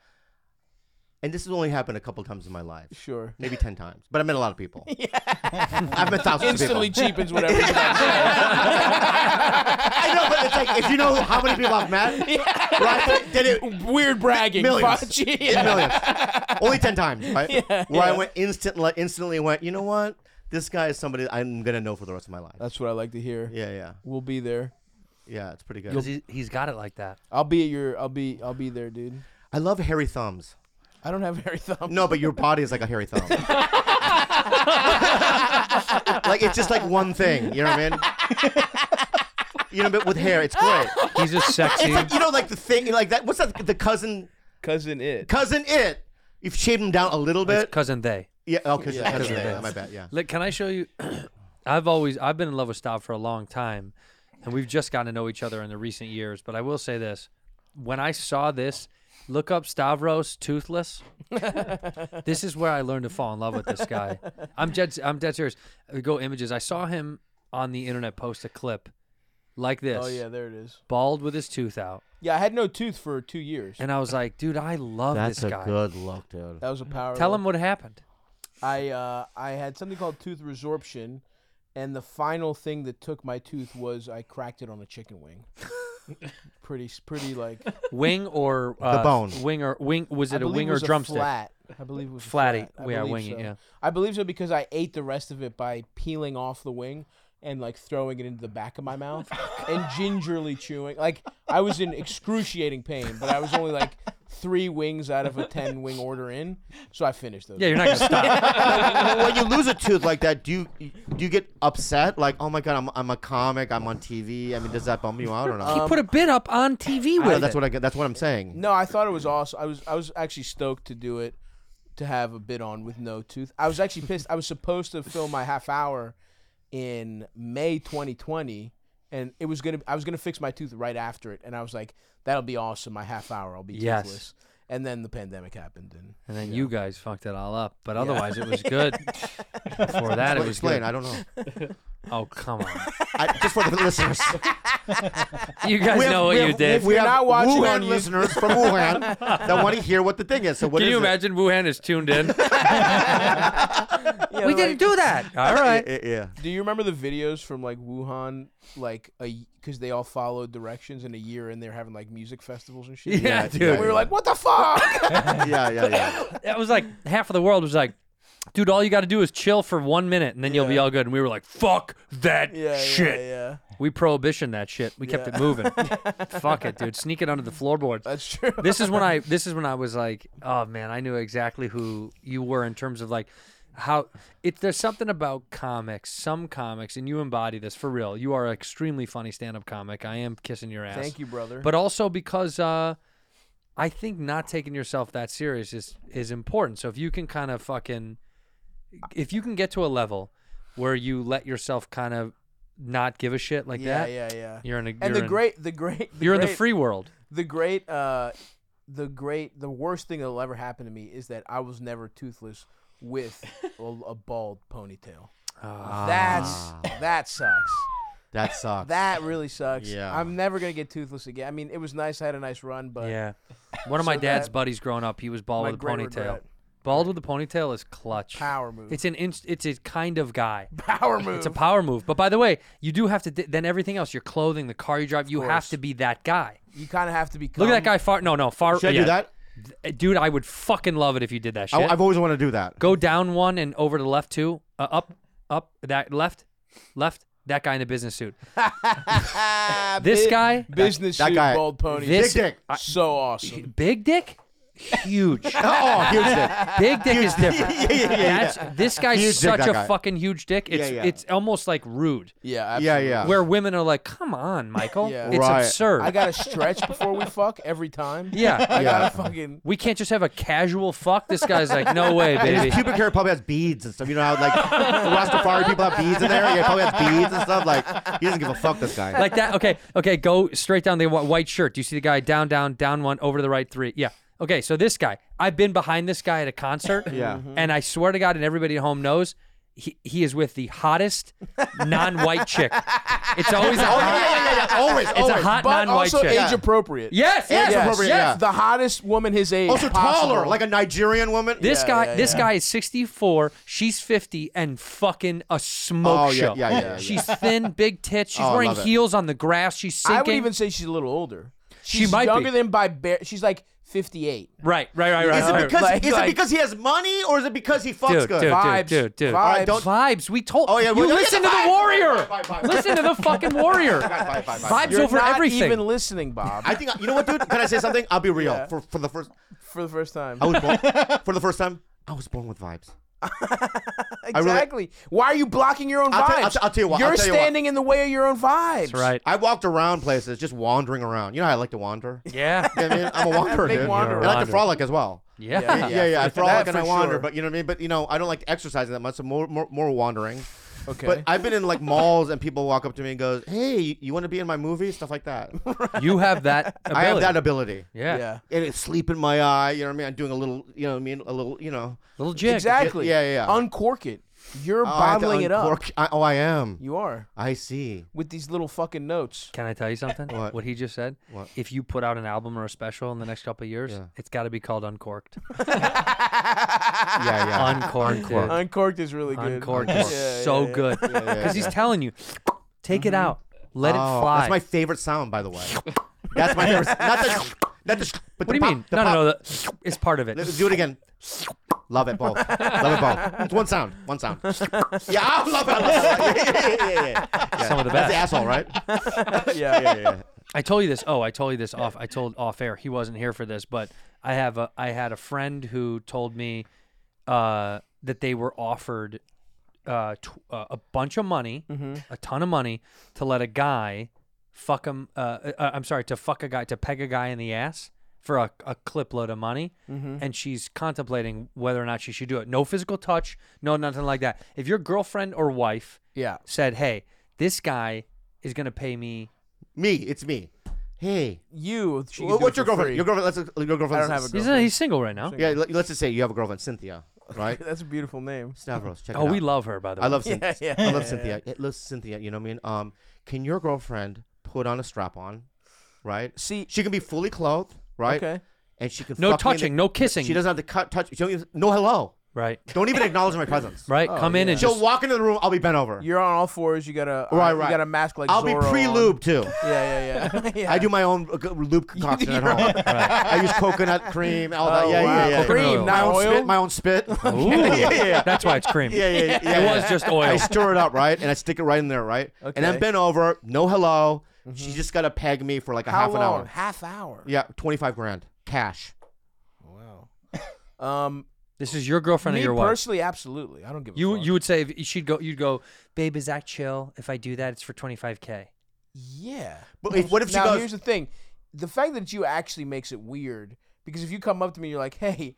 F: And this has only happened a couple times in my life.
G: Sure.
F: Maybe 10 times. But I met a lot of people. I've met thousands
G: Instantly
F: of people.
G: cheapens whatever. you're about to say.
F: I know, but it's like, if you know how many people I've met, right? Did it
G: Weird bragging.
F: millions,
G: Fachi.
F: In millions. Only ten times, right? Where I went instantly, instantly went. You know what? This guy is somebody I'm gonna know for the rest of my life.
G: That's what I like to hear.
F: Yeah, yeah,
G: We'll be there.
F: yeah. It's pretty good.
A: Because he, he's got it like that.
G: I'll be at your. I'll be. I'll be there, dude.
F: I love hairy thumbs.
G: I don't have hairy thumb.
F: No, but your body is like a hairy thumb. like it's just like one thing. You know what I mean? You know, but with hair, it's great.
A: He's just sexy.
F: It's like you know, like the thing, like that. What's that? The cousin,
G: Cousin, it.
F: cousin, it. You've shaved him down a little bit.
A: It's cousin they.
F: yeah. Oh, cousin,
G: Yeah,
F: cousin,
G: cousin
F: cousin
G: it.
F: My bad. Yeah.
A: Look, can I show you? I've always I've been in love with Stav for a long time, and we've just gotten to know each other in the recent years. But I will say this: when I saw this, look up Stavros toothless. this is where I learned to fall in love with this guy. I'm dead. I'm dead serious. Uh, Go images. I saw him on the internet post a clip like this,
G: Oh yeah, there it is.
A: bald with his tooth out,
G: Yeah, I had no tooth for two years.
A: and I was like, dude, I love this guy.
F: look, dude.
G: That was a power.
A: Tell
G: move.
A: him what happened.
G: I uh, I had something called tooth resorption, and the final thing that took my tooth was I cracked it on a chicken wing. pretty s- pretty like
A: Wing or uh,
F: bone.
A: Wing or wing? Was
G: I
A: it a
G: believe
A: wing
G: it was
A: or drumstick?
G: Flat. I believe it was a
A: Flatty.
G: flat. I
A: We are
G: believe
A: winging it,
G: so.
A: yeah.
G: I believe so because I ate the rest of it by peeling off the wing and like throwing it into the back of my mouth and gingerly chewing. Like I was in excruciating pain, but I was only like three wings out of a ten wing order in, so I finished those.
A: Yeah, you're not gonna stop.
F: when you lose a tooth like that, do you do you get upset? Like, oh my god, I'm, I'm a comic, I'm on TV. I mean, does that bum you out or not?
A: he put a bit up on TV with
F: I know,
A: it.
F: that's what I that's what I'm saying.
G: No, I thought it was awesome. I was I was actually stoked to do it, to have a bit on with no tooth. I was actually pissed. I was supposed to film my half hour in May 2020, and it was gonna I was gonna fix my tooth right after it, and I was like, that'll be awesome. My half hour, I'll be
A: Yes.
G: toothless. And then the pandemic happened, and
A: and then you guys fucked it all up. But otherwise, it was good. Before that, it was good.
F: Explain, explain. I don't know.
A: Oh come on!
F: I, just for the listeners,
A: You guys know what you did.
F: We
G: You're
F: have
G: not watching on
F: Wuhan
G: YouTube.
F: listeners from Wuhan that want to hear what the thing is. So what
A: Can
F: is
A: you
F: it?
A: imagine Wuhan is tuned in?
G: Yeah,
A: we
G: they're
A: didn't do that. All right.
F: Yeah, yeah.
G: like, Do you remember the videos from like Wuhan, like a because they all followed directions, and a year in they're having like music festivals and shit.
A: Yeah, dude.
G: And we were like, what the fuck?
F: yeah, yeah, yeah.
A: That was like half of the world was like, dude, all you got to do is chill for one minute, and then you'll be
G: Yeah.
A: all good. And we were like, fuck that
G: yeah,
A: shit.
G: yeah, yeah.
A: We prohibition that shit. We kept it moving. Fuck it, dude. Sneak it under the floorboards.
G: That's true.
A: this is when I this is when I was like, oh man, I knew exactly who you were in terms of like how it's there's something about comics, some comics, and you embody this for real. You are an extremely funny stand up comic. I am kissing your ass.
G: Thank you, brother.
A: But also because uh I think not taking yourself that serious is is important. So if you can kind of fucking if you can get to a level where you let yourself kind of not give a shit like
G: yeah,
A: that,
G: yeah, yeah.
A: you're in a
G: and
A: you're
G: the
A: in-
G: great, the great, the
A: you're in the
G: great-
A: free world.
G: the great, uh, the great, the worst thing that'll ever happen to me is that I was never toothless with a, a bald ponytail.
A: Ah.
G: That's that sucks.
F: That sucks.
G: That really sucks.
F: Yeah.
G: I'm never gonna get toothless again. I mean, it was nice. I had a nice run, but
A: Yeah. One of my
G: So
A: dad's
G: that-
A: buddies growing up, he was bald
G: My
A: with a
G: great
A: ponytail.
G: regret.
A: Bald with a ponytail is clutch.
G: Power move.
A: It's an inst- it's a kind of guy.
G: power move.
A: It's a power move. But by the way, you do have to di- then everything else, your clothing, the car you drive, you have
G: course.
A: to be that guy.
G: you kind of have to be.
A: Look at that guy far no no far
F: Um, Should I
A: yeah.
F: do that?
A: Uh, Dude, I would fucking love it if you did that shit.
F: I, I've always wanted to do that.
A: Go down one and over to the left two. Uh, up up that left left that guy in the business suit.
G: Ah,
A: This
G: bi-
A: guy-
G: business
F: That- that
G: suit,
F: guy.
G: bald pony,
A: This-
F: Big dick.
G: so awesome.
A: Big dick? huge.
F: Oh, huge dick.
A: Big dick
F: Huge
A: is
F: dick.
A: different.
F: Yeah, yeah, yeah,
A: That's-
F: yeah.
A: This guy's
F: Huge dick,
A: such
F: that
A: a
F: guy.
A: fucking huge dick. It's
F: Yeah, yeah.
A: it's almost like rude.
G: Yeah,
F: Yeah, absolutely. yeah.
A: Where women are like, "Come on, Michael,
G: Yeah.
A: it's
F: Right.
A: absurd."
G: I gotta stretch before we fuck every time.
A: Yeah,
G: I gotta fucking.
A: We can't just have a casual fuck. This guy's like, "No way,
F: And
A: baby."
F: his pubic hair probably has beads and stuff. You know how like Rastafari people have beads in there. Yeah, he probably has beads and stuff. Like he doesn't give a fuck. This guy.
A: like that. Okay, okay. Go straight down the wh- white shirt. Do you see the guy down, down, down one, over to the right three? Yeah. Okay, so this guy, I've been behind this guy at a concert.
F: Yeah. Mhm.
G: Mm-hmm.
A: And I swear to God, and everybody at home knows, he, he is with the hottest non-white chick. It's always a
G: Oh,
A: hot,
G: yeah, yeah, oh. yeah, yeah. Always,
A: it's a
G: always.
A: hot
G: But
A: non-white
G: also
A: chick.
G: age appropriate.
A: Yes, yes,
G: yes.
A: yes.
G: The hottest woman his age.
F: Also
G: possible.
F: taller, like a Nigerian woman.
A: This guy, this
G: yeah.
A: guy is 64. She's 50 and fucking a smoke
F: Oh, yeah,
A: show.
F: yeah, yeah, yeah.
A: She's thin, big tits. She's
G: Oh, I
A: wearing
G: love it.
A: heels on the grass. She's sinking.
G: I would even say she's a little older.
A: She
G: She's
A: might be.
G: younger than by bear. She's like fifty-eight.
A: right, right, right, right.
G: Is it
A: right.
F: Because
G: Like-
F: is
G: like-
F: it because he has money or is it because he fucks
A: dude,
F: good?
A: Dude,
G: Vibes.
A: dude, dude, dude.
G: Vibes. All right,
A: Vibes.
G: don't-
A: We told.
F: Oh, yeah,
A: you
F: well,
A: listen to
F: yeah,
A: the
F: vibe,
A: warrior.
F: vibe, vibe, vibe.
A: Listen to the fucking warrior.
F: Vibe, vibe, vibe.
A: Vibes
G: You're
A: over
G: not
A: everything.
G: even listening, Bob.
F: I think you know what, dude. Can I say something? I'll be real.
G: Yeah.
F: For for the first,
G: for the first time.
F: I was born for the first time. I was born with vibes. really-
G: exactly. Why are you blocking your own
F: I'll
G: vibes?
F: tell- I'll tell- I'll tell you what, I'll
G: You're
F: tell you what.
G: standing in the way of your own vibes.
A: right.
F: I walked around places, just wandering around. You know how I like to wander.
A: Yeah.
F: I mean, I'm a wanderer,
G: Big
F: dude.
G: wanderer.
F: And I like to frolic as well.
A: Yeah.
F: yeah, yeah. yeah. I
G: That
F: frolic and
G: for
F: I wander,
G: sure.
F: but you know what I mean. But you know, I don't like exercising that much, so more, more, more wandering.
G: Okay.
F: But I've been in like malls, and people walk up to me and goes, "Hey, you, want to be in my movie?" Stuff like that.
A: You have that. Ability.
F: I have that ability.
A: Yeah.
G: yeah.
F: And it's sleep in my eye. You know what I mean? I'm doing a little. You know what I mean? A little. You know.
A: Little jig.
G: Exactly.
F: Yeah, yeah, yeah.
G: Uncork it. You're
F: Oh, I have to
G: bottling it up.
F: uncork- I, oh, I am.
G: You are
F: I see.
G: with these little fucking notes.
A: Can I tell you something?
F: What?
A: he just said?
F: What?
A: If you put out an album or a special in the next couple of years,
F: Yeah.
A: it's got to be called Uncorked.
F: Yeah, yeah.
A: Uncorked.
F: Uncorked.
A: dude.
G: Uncorked is really good.
A: Uncorked
G: Yeah,
A: is
G: yeah,
A: so
G: yeah.
A: good because
F: yeah,
A: he's
F: yeah.
A: telling you, take it out, let
F: Oh,
A: it fly.
F: That's my favorite sound, by the way. That's my favorite. Not the. Not the. But
A: what do
F: the
A: you
F: pop,
A: mean?
F: the
A: No, no,
F: pop.
A: no. The, it's part of it.
F: Let's do it again. Love it both. Love it both. It's one sound. One sound. Yeah, I love it. I love it. Yeah, yeah, yeah, yeah, yeah. Yeah.
A: Some of the
F: That's
A: best.
F: the asshole, right?
G: Yeah.
F: Yeah, yeah.
A: I told you this. Oh, I told you this off. I told off air. He wasn't here for this, but I have a. I had a friend who told me uh, that they were offered uh, tw- uh, a bunch of money,
F: Mm-hmm.
A: a ton of money, to let a guy fuck him. Uh, uh, uh, I'm sorry, to fuck a guy, to peg a guy in the ass for a, a clip load of money,
F: Mm-hmm.
A: and she's contemplating whether or not she should do it. No physical touch, no nothing like that. If your girlfriend or wife
G: Yeah.
A: said, "Hey, this guy is gonna pay me."
F: Me, it's me. Hey,
G: You. she could
F: wha-
G: do
F: what's
G: it
F: your
G: for
F: girlfriend?
G: free.
F: Your girlfriend. Let's your girlfriend.
G: I don't have a
A: He's,
G: girlfriend.
A: he's single right now.
F: Yeah, let- let's just say you have a girlfriend, Cynthia, right?
G: That's a beautiful name.
F: Stavros, check it
A: Oh, we
F: out.
A: love her by the way.
F: I love
G: Yeah,
F: Cynthia.
G: yeah,
F: I love
G: yeah,
F: Cynthia. It loves Cynthia. You know what I mean? Um, can your girlfriend put on a strap on, right?
G: See-
F: she can be fully clothed, right?
G: Okay.
F: And she can
A: No
F: fuck me in the-
A: touching, no kissing.
F: She doesn't have to cut touch. She don't even, no hello.
A: right,
F: Don't even acknowledge my presence.
A: right. Come in and
F: She'll
A: just
F: walk into the room. I'll be bent over.
G: You're on all fours. You got a. uh,
F: right,
G: You
F: right.
G: got a mask like.
F: I'll
G: Zorro
F: be
G: on.
F: pre-lubed too.
G: Yeah, yeah, yeah. yeah.
F: I do my own uh, lube concoction at home. I use coconut cream, all that.
G: Oh,
F: Yeah,
G: wow.
F: yeah, yeah.
A: Coconut oil.
F: my
G: Not
F: own
G: oil?
F: spit. My own spit.
A: Ooh,
F: yeah, yeah, yeah.
A: That's why it's cream.
F: Yeah, yeah, yeah.
A: It
F: yeah.
A: was just oil.
F: I stir it up, right? And I stick it right in there, right? And
G: Okay. Mm-hmm.
F: I'm bent over, no hello. She just got to peg me for like a
G: How
F: half
G: long?
F: an hour.
G: Half hour.
F: Yeah, 25 grand cash.
G: Wow. Um.
A: this is your girlfriend or
G: Me
A: your wife.
G: personally, absolutely. I don't give a
A: You
G: fuck.
A: you would say if she'd go. You'd go, babe. Is that chill? If I do that, it's for twenty five k.
G: Yeah.
F: But if- what if she
G: now,
F: goes-
G: Here's the thing: the fact that you actually makes it weird because if you come up to me, you're like, "Hey,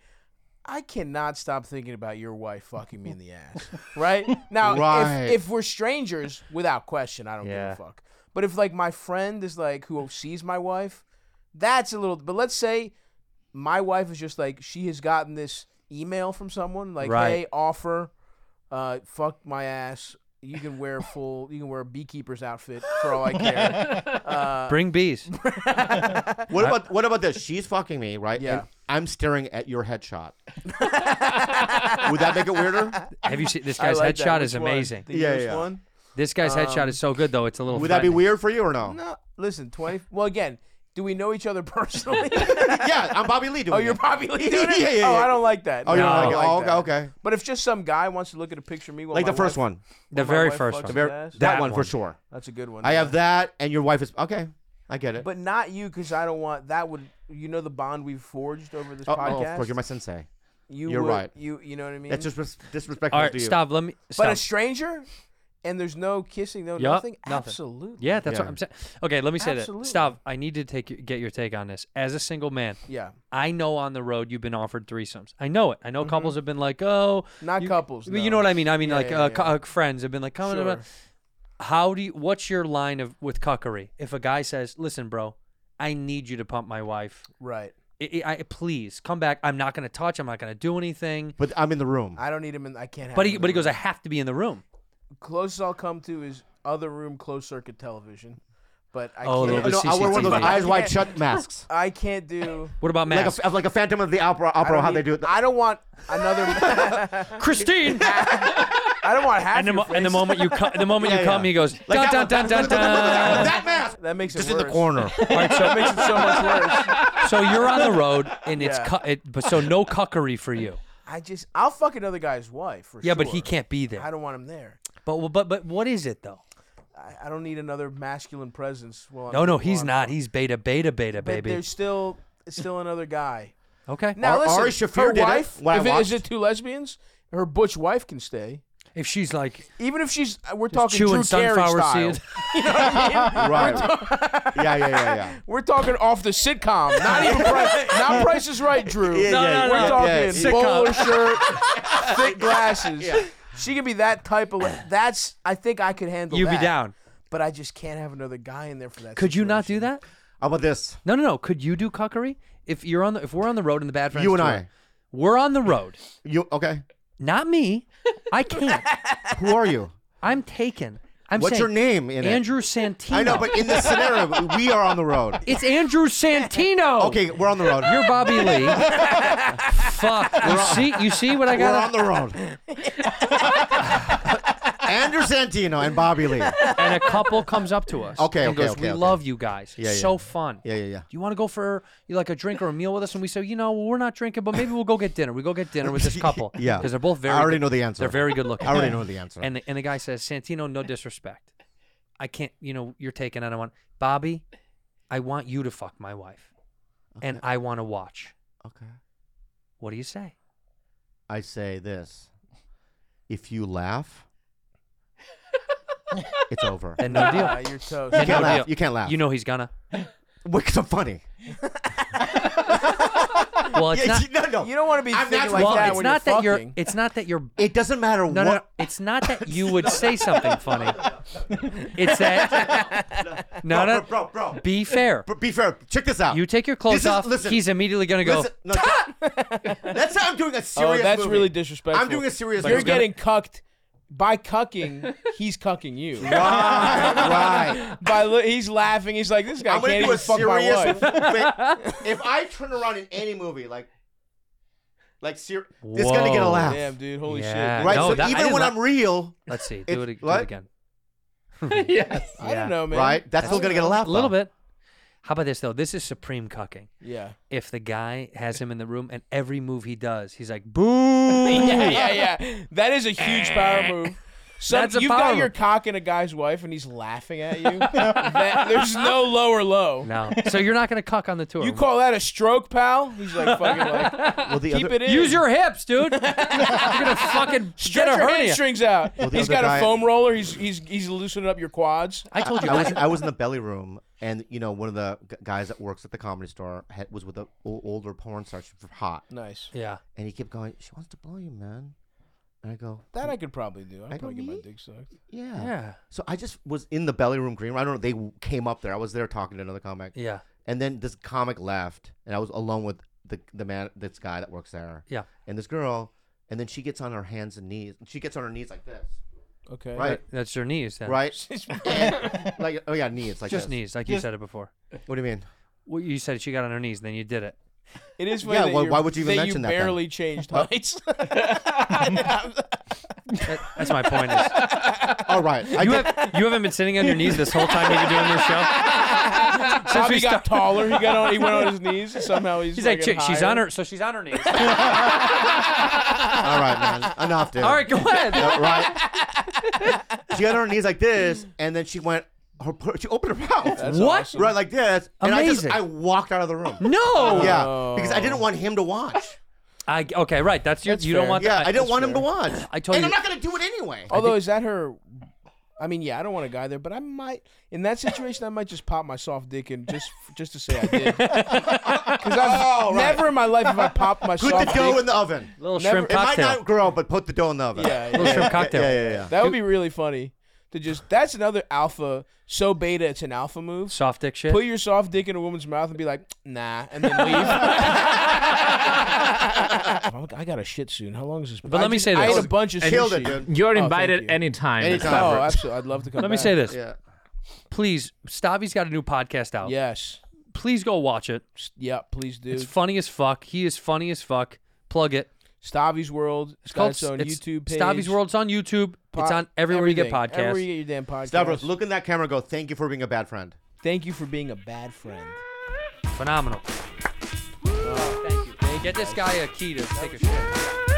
G: I cannot stop thinking about your wife fucking me in the ass." right now,
F: Right.
G: If, if we're strangers, without question, I don't
A: Yeah.
G: give a fuck. But if like my friend is like who sees my wife, that's a little. But let's say my wife is just like she has gotten this email from someone like,
A: Right.
G: "Hey, offer." uh, fuck my ass. You can wear full. You can wear a beekeeper's outfit for all I care.
F: Uh,
A: Bring bees.
F: What about what about this? She's fucking me, right?
G: Yeah.
F: And I'm staring at your headshot. Would that make it weirder?
A: Have you seen this
G: I
A: guy's
G: like that.
A: headshot?
G: Which
A: Is
G: one?
A: amazing.
G: The
F: Yeah,
G: newest
F: yeah.
G: one?
A: This guy's headshot is so good though. It's a little.
F: Um, Would that be
A: threatening.
F: weird for you or no?
G: No, listen, twenty. Well, again, do we know each other personally?
F: yeah, I'm Bobby Lee doing
G: oh, you're
F: it.
G: probably doing it.
F: Yeah, yeah,
G: Oh,
F: yeah.
G: I don't like that.
F: Oh, you don't
G: I
A: like it.
F: Oh,
G: that.
F: okay, okay.
G: But if just some guy wants to look at a picture of me, while
F: Like
G: my
F: the first
G: wife-
F: one.
A: The
G: my
A: very
G: wife
A: first
G: fucks
A: one.
G: his
F: Very-
G: ass.
F: that
A: That
F: one for
A: one.
F: sure.
G: That's a good one.
F: I
G: yeah.
F: have that, and your wife is okay. I get it.
G: But not you, because I don't want that. Would you know the bond we've forged over this
F: Oh,
G: podcast?
F: oh, of course, you're my sensei.
G: You
F: You're
G: would-
F: right.
G: You you know what I mean?
F: That's just dis- disrespectful
A: All right,
F: to you.
A: stop, let me-
G: But a
A: stop.
G: stranger, and there's no kissing, no
A: Yup,
G: nothing. Absolutely.
A: Yeah, that's what I'm saying. Okay, let me say
G: Absolutely.
A: that. Stop. I need to take your- get your take on this. As a single man,
G: Yeah.
A: I know on the road you've been offered threesomes. I know it. I know couples have been like, oh,
G: Mm-hmm. Not
A: you-
G: couples,
A: Well, You know
G: no.
A: what I mean? I mean,
G: Yeah,
A: like
G: yeah,
A: uh,
G: yeah.
A: cu- uh, friends have been like, come on,
G: Sure.
A: How do you? What's your line of with cuckery? If a guy says, "Listen, bro, I need you to pump my wife,"
G: Right.
A: I, I, I- please come back. I'm not going to touch. I'm not going to do anything.
F: But I'm in the room.
G: I don't need him, in I can't. Have
A: But
G: him
A: he,
G: in
A: but
G: the
A: he goes,
G: room.
A: I have to be in the room.
G: Closest I'll come to is other room closed circuit television. But I
A: Oh,
G: can't.
A: the- the No, I wear one of those CCTV.
F: eyes wide
G: can't-
F: shut masks.
G: I can't do.
A: What about
F: Like
A: Max?
F: a, like a Phantom of the Opera,
G: I
F: opera
G: don't
F: how
G: need-
F: they do it.
G: I don't want another.
A: Christine.
G: I don't want half.
A: And the,
G: your
A: mo- and the
G: face.
A: moment you come, the moment
G: Yeah,
A: you come,
G: yeah.
A: he goes,
G: Like
A: dun,
G: that
A: dun,
G: one.
A: dun, dun, dun.
G: That mask. That makes it
F: Just in
G: worse.
F: the corner.
A: All right, so
G: That makes it so much worse.
A: So you're on the road, and it's
G: Yeah.
A: cu- it, but so no cuckery for you.
G: I just I'll fuck another guy's wife for
A: Yeah, but he
G: sure.
A: can't be there.
G: I don't want him there.
A: But well, but but what is it though?
G: I, I don't need another masculine presence. Well,
A: Oh, No, no, he's not. He's beta, beta, beta,
G: But
A: baby.
G: there's still still another guy.
A: Okay.
G: Now
A: Ar- Ari
G: listen,
A: Shaffir
G: her
A: did it
G: wife.
A: when I
G: if it, is
A: watched.
G: it two lesbians? Her butch wife can stay.
A: If she's like,
G: even if she's, uh, we're
A: Just
G: talking
A: chewing
G: Drew Carey
A: sunflower
G: style.
A: seed.
G: you know what I mean?
F: Right.
G: We're ta-
F: Yeah, yeah, yeah, yeah.
G: We're talking off the sitcom, not even price, not Price is Right, Drew.
F: Yeah, No, yeah, no,
G: we're
F: no.
G: talking
F: yeah, yeah.
G: bowler
F: Sitcom.
G: shirt, thick glasses. She can be that type of. That's. I think I could handle.
A: You'd be
G: that.
A: down.
G: but I just can't have another guy in there for that.
A: could you not do that?
F: How about this?
A: No, no, no. Could you do cuckery if you're on the if we're on the road in the bad friends?
F: You and
A: tour,
F: I.
A: We're on the road.
F: You okay?
A: Not me. I can't.
F: Who are you?
A: I'm taken. I'm
F: What's
A: saying
F: your name in it?
A: Andrew Santino.
F: I know, but in this scenario, we are on the road.
A: It's Andrew Santino.
F: Okay, we're on the road.
A: You're Bobby Lee. Fuck. You see, you see what I
F: We're
A: got?
F: on the road. Andrew Santino and Bobby Lee.
A: And a couple comes up to us.
F: Okay,
A: and
F: okay,
A: goes,
F: okay,
A: we
F: okay.
A: love you guys.
F: Yeah,
A: It's
F: yeah.
A: so fun.
F: Yeah, yeah, yeah.
A: Do you want to go for you like a drink or a meal with us? And we say, you know, well, we're not drinking, but maybe we'll go get dinner. We go get dinner with this couple.
F: Yeah.
A: because they're both
F: I
A: very.
F: already
A: good-
F: know the answer.
A: They're very good looking.
F: I already know the answer.
A: And the, and the guy says, Santino, no disrespect. I can't. You know, you're taking. I don't want Bobby. I want you to fuck my wife, and I want to watch.
F: Okay.
A: What do you say?
F: I say this: if you laugh, it's over.
A: Then no deal.
G: Ah, you're toast.
F: You
A: Then
F: can't
A: no
F: laugh.
A: deal.
F: You can't laugh.
A: You know he's gonna.
F: What's so funny?
A: Well, it's
F: Yeah,
A: not.
F: you- no, no.
G: You don't want to be
F: I'm
G: thinking
F: not-
G: like
A: well,
G: that
A: it's
G: when
A: not
G: you're
A: that
G: fucking.
A: you're. It's not that you're.
F: It doesn't matter
A: No, no, no.
F: what.
A: It's not that you would say something funny. It's that. No, no.
F: bro, bro, bro, bro.
A: Be fair.
F: But be fair. Check this out.
A: You take your
F: This
A: clothes
F: is-
A: off.
F: listen.
A: he's immediately gonna go.
F: Listen, no, that's how I'm doing a
G: Oh,
F: serious.
G: that's
F: movie.
G: really disrespectful.
F: I'm doing a serious.
G: You're
F: movie.
G: getting cucked by cucking. He's cucking you.
F: Right,
G: By li- he's laughing. He's like, this guy
F: I'm gonna
G: can't
F: do
G: even
F: a
G: fuck my
F: serious
G: wife.
F: thing. If I turn around in any movie, like, like, ser- it's gonna get a
A: Whoa.
F: laugh.
G: Damn, dude. Holy
A: Yeah.
G: shit.
F: Right.
A: No,
F: so
A: that- I
F: even
A: didn't
F: when
A: la-
F: I'm real,
A: Let's see.
F: It's-
A: Do it, ag- do
F: what?
A: it again.
G: yes. I
A: Yeah.
G: don't know, man.
F: right? That's still gonna get a laugh.
A: A little
F: though.
A: bit. How about this though? This is supreme cucking.
G: Yeah.
A: If the guy has him in the room and every move he does, he's like, "Boo!"
G: yeah, yeah, yeah. That is a huge power move. So
A: That's a
G: you've
A: power
G: got your
A: move.
G: cock in a guy's wife and he's laughing at you. That- there's no lower low.
A: No. So you're not gonna cuck on the tour.
G: You call that a stroke, pal? He's like fucking like
F: Well, the
G: keep
F: other,
G: it in.
A: Use your hips, dude. you're gonna fucking
G: Stretch
A: get a
G: your
A: hernia.
G: hamstrings out.
F: Well, the
G: he's
F: other
G: got
F: guy-
G: a foam roller. He's he's he's loosening up your quads.
A: I told you.
F: I was
A: guys-
F: I was in the belly room, and you know one of the g- guys that works at the comedy store had, was with an older porn star. She was hot,
G: Nice.
A: yeah.
F: and he kept going. She wants to blow you, man. And I go,
G: That I could probably do. I'd
F: I
G: probably
F: don't
G: get my
F: need-
G: dick sucked.
F: yeah.
A: Yeah.
F: So I just was in the belly room green room. I don't know. They w- came up there. I was there talking to another comic.
A: Yeah.
F: And then this comic left, and I was alone with the the man, this guy that works there.
A: Yeah.
F: And this girl, and then she gets on her hands and knees. She gets on her knees like this,
G: Okay.
F: right?
A: That's your knees, then.
F: Right? And- like oh yeah, knees like
A: Just
F: this.
A: knees, like you
F: Just-
A: said it before.
F: What do you mean?
A: Well, you said she got on her knees, then you did it.
G: It is funny
F: Yeah,
G: that
F: why-
G: you're-
F: why would you even
G: that
F: mention
G: you
F: that then?
G: barely changed heights.
A: That- that's my point. Is
F: All right. I
A: you
F: get-
A: have you haven't been sitting on your knees this whole time you've been doing this show. Since
G: Bobby got taller. He got on. He went on his knees. and Somehow he's.
A: He's like,
G: fucking
A: "Shit, she's
G: higher."
A: on her, so she's on her knees.
F: All right, man. Enough, dude.
A: All right, go ahead.
F: Uh, right. She got on her knees like this, and then she went her, pur- she opened her mouth.
K: That's What? awesome.
F: Right, like this. And I just
K: Amazing.
F: I walked out of the room.
K: No!
F: Yeah, because I didn't want him to watch.
A: I okay, right. That's your. you don't want.
F: Yeah,
A: that.
F: I didn't want him to
A: That's
F: watch.
A: fair. I told
F: and
A: you. Oh,
F: I'm not gonna do it anyway.
G: Although is that her? I mean, yeah, I don't want a guy there, but I might in that situation I might just pop my soft dick and just just to say I did. Because I've
F: Oh, right.
G: never in my life have I popped my
F: Put
G: soft
F: the dough
G: dick.
F: in the oven.
G: Little Never- shrimp
F: It might
G: cocktail.
F: not grow, but put the dough in the oven.
G: Yeah,
F: yeah,
G: yeah.
F: yeah, Yeah, yeah, yeah.
G: That would be really funny to just. That's another alpha. So beta, it's an alpha move.
A: Soft dick shit.
G: Put your soft dick in a woman's mouth and be like, nah, and then leave. I got a shit soon. How long is this?
A: But
G: I
A: let me
G: just-
A: say
G: I
A: this.
G: ate a bunch of
A: And-
G: sushi.
N: You're
G: Oh, thank
N: invited
G: you.
N: anytime.
G: Oh, absolutely. I'd love to come.
A: Let me
G: back.
A: say this. Please, Stavi's got a new podcast out.
G: Yes.
A: Please go watch it.
G: Yeah, please do.
A: It's funny as fuck. He is funny as fuck. Plug it.
G: Stavi's World. It's got its own YouTube page.
A: Stavi's World's on YouTube.
G: Po-
A: it's on everywhere you get
G: everything.
A: podcasts.
G: Everywhere you get your damn podcast.
F: Stavros, look in that camera. and Go. Thank you for being a bad friend.
G: Thank you for being a bad friend.
A: Phenomenal. Thank you. Get this guy a key to take a shit.